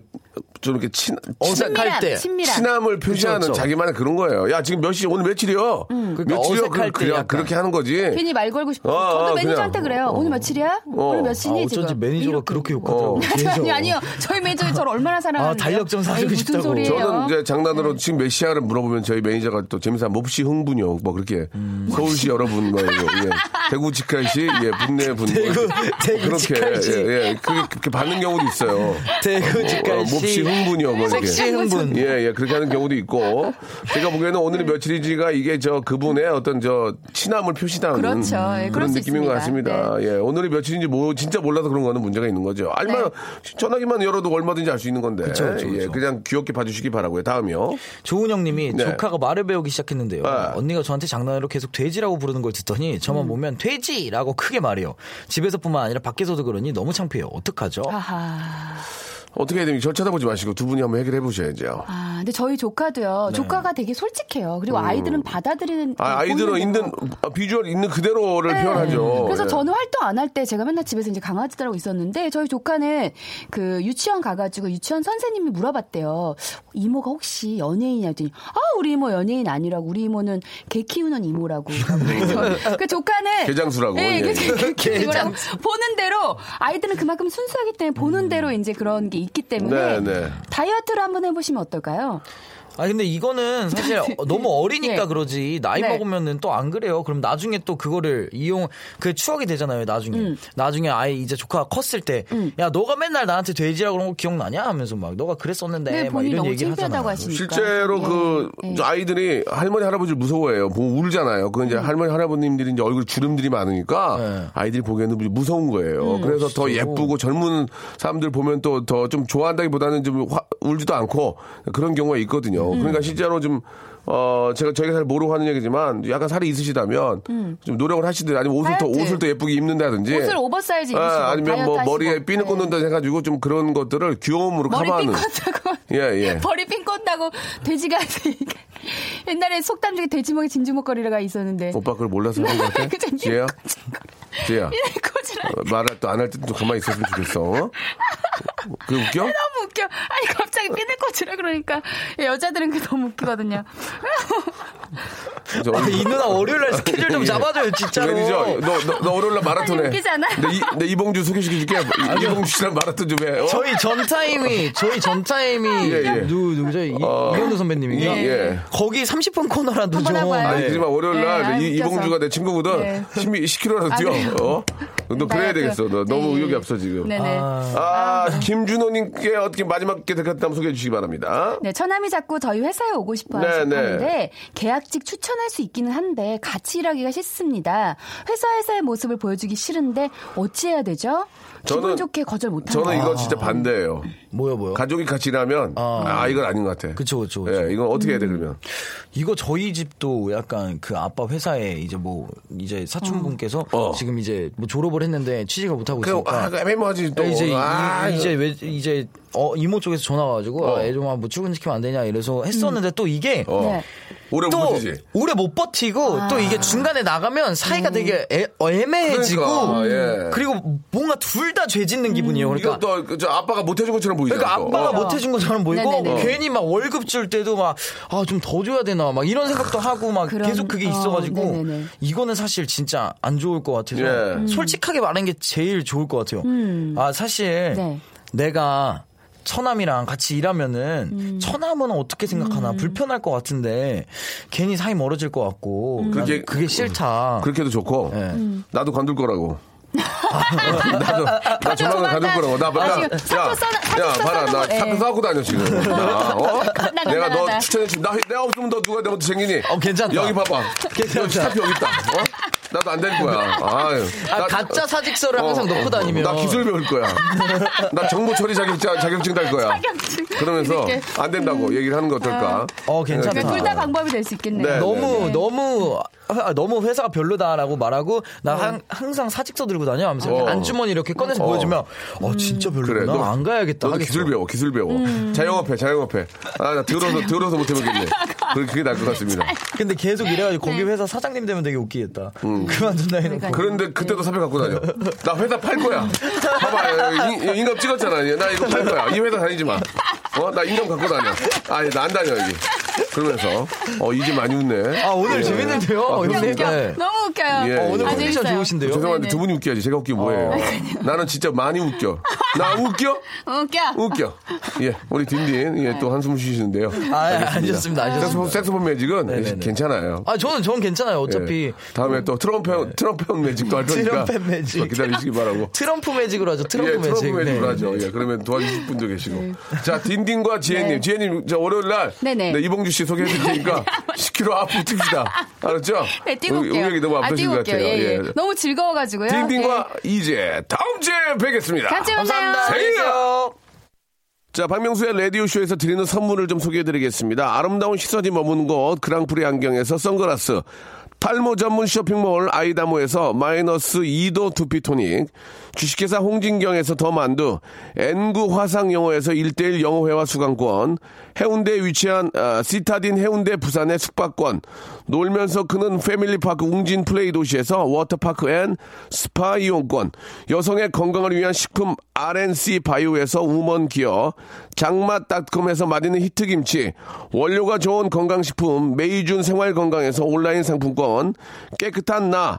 S1: 좀 이렇게 친, 친한
S5: 어색할 때
S6: 친밀한.
S1: 친함을 표시하는
S5: 그쵸, 그쵸.
S1: 자기만의 그런 거예요. 야 지금 몇 시? 오늘 며칠이요?
S5: 그렇죠. 그러니까
S1: 며칠이요?
S5: 어색할
S1: 그,
S5: 때
S1: 그냥
S5: 약간.
S1: 그렇게 하는 거지.
S6: 괜히 말 걸고 싶어.
S1: 아, 아,
S6: 저도
S1: 그냥.
S6: 매니저한테 그래요. 오늘 며칠이야? 오늘 몇
S5: 아,
S6: 시니
S5: 어쩐지
S6: 지금?
S5: 매니저가 그렇게 욕하더라고.
S1: 어.
S5: 뒤에서. 아,
S6: 아니 아니요. 저희 매니저 저를 얼마나 사랑하는데.
S5: 달력 좀 사주고 싶다고.
S6: 무슨 소리예요? 네.
S1: 저는 이제 장난으로 지금 몇 시야를 물어보면 저희 매니저가 또 재미삼아 몹시 흥분요. 뭐 그렇게
S5: 음.
S1: 서울시 여러분 뭐 이거, 예. 대구 직할시 예 분내 분내
S5: 대구- 대구 직할시.
S1: 예, 예. 그게 그렇게 받는 경우도 있어요.
S5: 대구
S1: 어,
S5: 직갈 씨.
S1: 몹시 흥분이요, 뭐 이렇게.
S5: 섹시 흥분.
S1: 예, 예, 그렇게 하는 경우도 있고. 제가 보기에는 오늘이
S6: 네.
S1: 며칠인지가 이게 저 그분의 어떤 저 친함을 표시하는
S6: 그렇죠. 예, 그럴
S1: 런
S6: 수
S1: 느낌인 것
S6: 있습니다. 네.
S1: 같습니다. 예, 오늘이 며칠인지 뭐 진짜 몰라서 그런 거는 문제가 있는 거죠. 알면 전화기만 열어도 얼마든지 알 수 있는 건데.
S5: 그쵸, 그쵸,
S1: 예,
S5: 그쵸.
S1: 그냥 귀엽게 봐주시기 바라고요. 다음이요.
S5: 조은영님이
S1: 네.
S5: 조카가 말을 배우기 시작했는데요. 언니가 저한테 장난으로 계속 돼지라고 부르는 걸 듣더니 저만 보면 돼지라고 크게 말해요. 집에서뿐만 아니라 밖에서도 그러니 너무 창피해요. 어떡하죠?
S6: 아하.
S1: 어떻게 해야 됩니까? 절 쳐다보지 마시고 두 분이 한번 해결해 보셔야죠.
S6: 아, 근데 저희 조카도요. 조카가 되게 솔직해요. 그리고 아이들은 받아들이는
S1: 네. 아, 아이들은
S6: 보이는
S1: 있는,
S6: 대로.
S1: 아, 비주얼 있는 그대로를
S6: 네.
S1: 표현하죠.
S6: 그래서
S1: 예.
S6: 저는 활동 안 할 때 제가 맨날 집에서 이제 강아지들하고 있었는데 저희 조카는 그 유치원 가가지고 유치원 선생님이 물어봤대요. 이모가 혹시 연예인이냐 했더니 아 우리 이모 연예인 아니라고 우리 이모는 개 키우는 이모라고. 그래서 그 조카는
S1: 개장수라고,
S6: 네,
S1: 예.
S6: 개, 개, 키우는 이모라고. 보는 대로 아이들은 그만큼 순수하기 때문에 보는 대로 이제 그런 게 있기 때문에
S1: 음. 네, 네.
S6: 다이어트를 한번 해보시면 어떨까요?
S5: 아 근데 이거는 사실 어,
S7: 네.
S5: 너무 어리니까
S6: 예.
S5: 그러지 나이
S6: 네.
S5: 먹으면은 또 안 그래요. 그럼 나중에 또 그거를 이용 그 추억이 되잖아요. 나중에
S7: 음.
S5: 나중에 아예 이제 조카가 컸을 때 야 너가 맨날 나한테 돼지라고 그런 거 기억나냐 하면서 막 너가 그랬었는데
S7: 네,
S5: 막
S7: 본인이
S5: 뭐 이런
S7: 너무
S5: 얘기
S7: 창피하다고
S5: 하잖아요.
S7: 하시니까. 예.
S1: 실제로 그 아이들이 할머니 할아버지를 무서워해요. 보고 울잖아요. 그
S7: 음.
S1: 이제 할머니 할아버님들이 이제 얼굴 주름들이 많으니까
S5: 네.
S1: 아이들이 보기에는 무서운
S7: 음,
S1: 거예요. 그래서 더
S7: 그렇죠.
S1: 예쁘고 젊은 사람들 보면 또 더 좀 좋아한다기보다는 좀 화- 울지도 않고 그런 경우가 있거든요.
S7: 음.
S1: 그러니까 실제로 좀 어, 제가 저희가 잘 모르고 하는 얘기지만 약간 살이 있으시다면 좀 노력을 하시든지 아니면 옷을 더
S7: 음. 다이어트.
S1: 옷을 더 예쁘게 입는다든지
S7: 옷을 오버사이즈 입으시고
S1: 아, 아니면 뭐
S7: 다이어트
S1: 머리에
S7: 하시고.
S1: 핀을
S7: 네.
S1: 꽂는다 해가지고 좀 그런 것들을 귀여움으로
S7: 머리 핀
S1: 커버하는
S7: 꽂다고
S1: 예, 예.
S7: 머리 핀 꽂다고 돼지가 옛날에 속담 중에 돼지목이 진주목걸이가 있었는데
S1: 오빠 그걸 몰라서 그런 뭐 것 같아?
S7: 그죠? 핀
S1: 지혜야? 지혜야?
S7: 꽂으라
S1: 어, 말을 또 안 할 때도 좀 가만히 있었으면 좋겠어. 어? 그게 웃겨?
S7: 너무 웃겨 아니 갑자기 핀을 꽂으라 그러니까 여자들은 그게 너무 웃기거든요
S1: 저,
S5: 아, 이 누나 월요일 날 스케줄 좀 잡아줘요 진짜로.
S1: 매니저, 너, 너, 너 월요일 날 마라톤 해.
S7: 웃기지 않아?
S1: 내, 이, 내 이봉주 소개시켜줄게. 이- 이봉주 씨랑 마라톤 좀 해. 어?
S5: 저희 전타임이 저희 전타임이
S1: 예, 예.
S5: 누 누구죠 이-
S1: 어,
S5: 이현우 선배님인가?
S7: 네.
S1: 이- 예.
S5: 거기 30분 코너라도 좀
S7: 한번 해봐요.
S1: 아니,
S7: 네.
S1: 하지만 월요일
S7: 네,
S1: 날
S7: 아,
S1: 이,
S7: 웃겨서.
S1: 이봉주가 내 친구거든.
S7: 네.
S1: 10, 20km라도 뛰어.
S7: 아니요.
S1: 어? 너 그래야
S7: 다이어트.
S1: 되겠어.
S7: 네.
S1: 너 너무 의욕이 없어, 지금.
S7: 네네
S1: 아, 김준호님께 어떻게 마지막 게 됐다면 소개해 주시기 바랍니다.
S6: 네, 처남이 자꾸 저희 회사에 오고 싶어
S1: 네, 네.
S6: 하시는데 계약직 추천할 수 있기는 한데 같이 일하기가 싫습니다. 회사에서의 모습을 보여주기 싫은데 어찌해야 되죠?
S1: 저는-
S6: 기분 좋게 거절 못합니다.
S1: 저는 이거
S7: 아.
S1: 진짜 반대예요.
S5: 뭐야 뭐야?
S1: 가족이 같이 일하면, 아, 이건 아닌 것 같아.
S5: 그쵸, 그쵸, 그쵸. 음.
S1: 예, 이건 어떻게 해야 돼, 그러면?
S5: 이거 저희 집도 약간 그 아빠 회사에 이제 뭐 이제 사촌분께서
S1: 어.
S5: 지금 이제 뭐 졸업을 했는데 취직을 못 하고
S1: 그냥
S5: 있으니까
S1: 아, 그 애매모하지 또.
S5: 그러니까. 이제
S1: 아,
S5: 이, 제왜 이제 어 이모 쪽에서 전화 와가지고
S1: 어.
S5: 아, 애좀 뭐 출근시키면 안 되냐 이래서 했었는데 또 이게
S1: 어.
S6: 네.
S1: 오래
S5: 또
S1: 못지지
S5: 오래 못 버티고 또 이게 중간에 나가면 사이가 되게 애, 애매해지고
S1: 그러니까, 예.
S5: 리고 뭔가 둘 다 죄짓는 기분이에요.
S1: 이거
S5: 그러니까
S1: 또, 그저 아빠가 못해준 것처럼 보이잖아.
S5: 그러니까
S1: 또.
S5: 아빠가
S1: 어.
S5: 못 해준 것처럼 보이고
S6: 네네네.
S5: 괜히 막 월급 줄 때도 막 아 좀 더 줘야 되나 막 이런 생각도 하고 막
S6: 그런,
S5: 계속 그게
S6: 어,
S5: 있어가지고
S6: 네네네.
S5: 이거는 사실 진짜 안 좋을 것 같아서
S1: 예. 음.
S5: 솔직하게 말하는 게 제일 좋을 것 같아요. 아 사실
S6: 음. 네.
S5: 내가 처남이랑 같이 일하면은
S6: 음.
S5: 처남은 어떻게 생각하나 불편할 것 같은데 괜히 사이 멀어질 것 같고
S6: 음.
S5: 그게
S1: 그게-
S5: 그게 싫다.
S1: 어, 그렇게 해도 좋고.
S5: 예.
S7: 음.
S1: 나도 관둘 거라고. 나도 나 조만간
S7: 조만간.
S1: 관둘 거라고. 나
S7: 아,
S1: 봐라.
S7: 지금 사표 써놔- 사표
S1: 야, 봐라.
S7: 써놔-
S1: 나
S7: 예.
S1: 사표 싸고 다녀 지금. 나, 어?
S7: 간다,
S1: 내가
S7: 간다,
S1: 너
S7: 간다.
S1: 추천해 준. 나 내가 없으면 너 누가 내한테 생기니?
S5: 어, 괜찮다.
S1: 여기 봐봐.
S5: 괜찮다.
S1: 여기 사표 여기 있다. 어? 나도 안 될 거야. 아유.
S5: 아,
S1: 나-
S5: 가짜 사직서를 항상
S1: 어,
S5: 넣고 다니면
S1: 나 기술 배울 거야. 나 정보 처리 자격증, 자격증 딸 거야.
S7: 아,
S1: 그러면서
S7: 이렇게.
S1: 안
S5: 음.
S1: 된다고 얘기를 하는 거 어떨까?
S5: 어 괜찮다.
S6: 그러니까
S7: 둘 다 방법이 될 수 있겠네요
S1: 네.
S5: 너무 너무 아, 너무 회사가 별로다라고 말하고 나 항- 항상 사직서 들고 다녀 하면서
S1: 어. 음.
S5: 안주머니 이렇게 꺼내서 보여주면 어 진짜 별로구나
S1: 그래, 너-
S5: 안 가야겠다
S1: 너도
S5: 하겠어. 음.
S1: 기술 배워, 기술 배워. 자영업해, 자영업해. 아, 나 들어서, 들어서 못해보겠네. 그게, 그게 나을 것 같습니다.
S7: 네.
S5: 근데 계속 이래가지고 거기 회사 사장님 되면 되게 웃기겠다
S1: 음.
S5: 그만둔다 해놓고
S1: 그런데 그때도 사표 갖고 다녀. 나 회사 팔 거야. 봐봐, 인- 인감 찍었잖아. 얘. 나 이거 팔 거야. 이 회사 다니지 마. 어, 나 인감 갖고 다녀. 아, 나 안 다녀, 여기. 그러면서, 어, 이제 많이 웃네.
S5: 아 오늘
S1: 예.
S5: 재밌는데요
S1: 아,
S5: 형님?
S1: 그러세요?
S7: 웃겨.
S5: 네.
S7: 너무 웃겨요
S1: 예,
S5: 어, 오늘
S1: 아,
S5: 컨디션
S7: 재밌어요.
S5: 좋으신데요
S1: 죄송한데
S7: 네네. 어.
S1: 두 분이 웃겨야지. 제가 웃기면 뭐예요? 나는 진짜 많이 웃겨. 나 웃겨?
S7: 웃겨
S1: 웃겨. 예, 우리 딘딘, 예, 또 한숨 쉬시는데요.
S5: 아 아니셨습니다
S1: 섹스폰,
S5: 아니셨습니다
S1: 섹스폰 매직은
S5: 네네네.
S1: 괜찮아요.
S5: 아 저는 저는 괜찮아요 어차피 네.
S1: 예. 다음에 또 트럼프 형, 트럼프 형 매직도 할 거니까
S5: 트럼펫 매직.
S1: 또 기다리시기 바라고.
S5: 트럼프 매직으로 하죠 트럼프
S1: 예, 트럼프
S5: 매직
S1: 매직으로
S5: 네.
S1: 하죠. 예, 그러면 도와주실 분도 계시고. 자, 딘딘과 지혜님, 지혜님 저 월요일 날
S7: 네. 네네.
S1: 네, 이봉주 씨 소개해 드릴 테니까 10kg 앞으로 뜁시다. 알았죠?
S7: 네, 뛰고 올게요.
S1: 우리 이 너무
S7: 아,
S1: 아프신
S7: 뛰고
S1: 것
S7: 올게요.
S1: 같아요.
S7: 예, 예. 너무 즐거워가지고요. 예.
S1: 딘딘과 이제 다음 주에 뵙겠습니다.
S7: 다음 주에 만나요.
S1: 감사합니다.
S7: 네. 안녕히
S1: 생일! 자, 박명수의 라디오쇼에서 드리는 선물을 좀 소개해드리겠습니다. 아름다운 시선이 머무는 곳, 그랑프리 안경에서 선글라스. 탈모 전문 쇼핑몰 아이다모에서 마이너스 2도 두피토닉. 주식회사 홍진경에서 더 만두. N구 화상영어에서 1대1 영어회화 수강권. 해운대에 위치한 아, 시타딘 해운대 부산의 숙박권. 놀면서 크는 패밀리파크 웅진 플레이 도시에서 워터파크 앤 스파 이용권. 여성의 건강을 위한 식품 RNC 바이오에서 우먼 기어, 장맛닷컴에서 맛있는 히트김치, 원료가 좋은 건강식품 메이준 생활건강에서 온라인 상품권, 깨끗한 나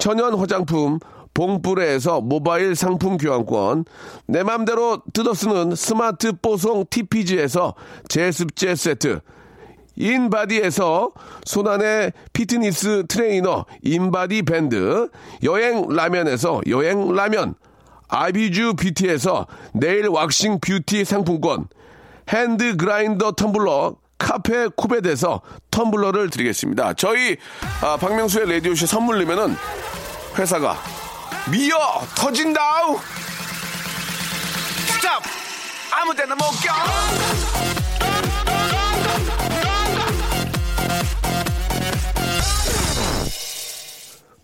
S1: 천연 화장품 봉뿌레에서 모바일 상품 교환권, 내 맘대로 뜯어쓰는 스마트 뽀송 TPG에서 제습제 세트, 인바디에서 손안의 피트니스 트레이너 인바디 밴드, 여행 라면에서 여행 라면, 아비주 뷰티에서 네일 왁싱 뷰티 상품권, 핸드 그라인더 텀블러 카페 쿠베에서 텀블러를 드리겠습니다. 저희 아, 박명수의 라디오쇼 선물리면은 회사가 미어 터진다우.
S4: 스탑! 아무데나 못 가!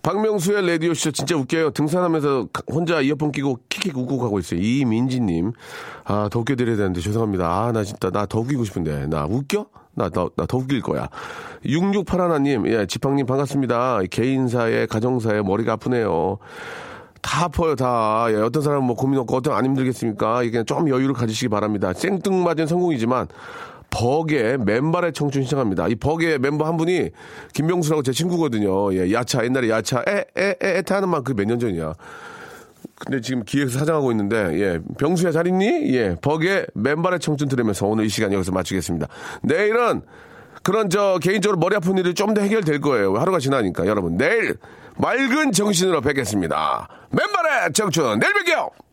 S1: 박명수의 라디오쇼 진짜 웃겨요. 등산하면서 혼자 이어폰 끼고 킥킥 웃고 가고 있어요. 이민지님. 아, 더 웃겨드려야 되는데 죄송합니다. 아, 나 진짜, 나 더 웃기고 싶은데. 나 웃겨? 나, 나, 나더 웃길 거야. 6681님, 예, 지팡님 반갑습니다. 개인사에, 가정사에 머리가 아프네요. 다 아파요, 다. 예, 어떤 사람은 뭐 고민 없고, 어떤 안 힘들겠습니까? 이게 그냥 좀 여유를 가지시기 바랍니다. 생뚱맞은 성공이지만, 버게 맨발의 청춘 시작합니다. 이 버게 멤버 한 분이 김명수라고 제 친구거든요. 예, 야차, 옛날에 야차, 에, 에, 에, 에, 타는 만 그게 몇 년 전이야. 근데 지금 기획사 사장하고 있는데, 예, 병수야 잘 있니? 예, 버게 맨발의 청춘 들으면서 오늘 이 시간 여기서 마치겠습니다. 내일은 그런 저 개인적으로 머리 아픈 일이 좀 더 해결될 거예요. 하루가 지나니까 여러분 내일 맑은 정신으로 뵙겠습니다. 맨발의 청춘 내일 뵐게요.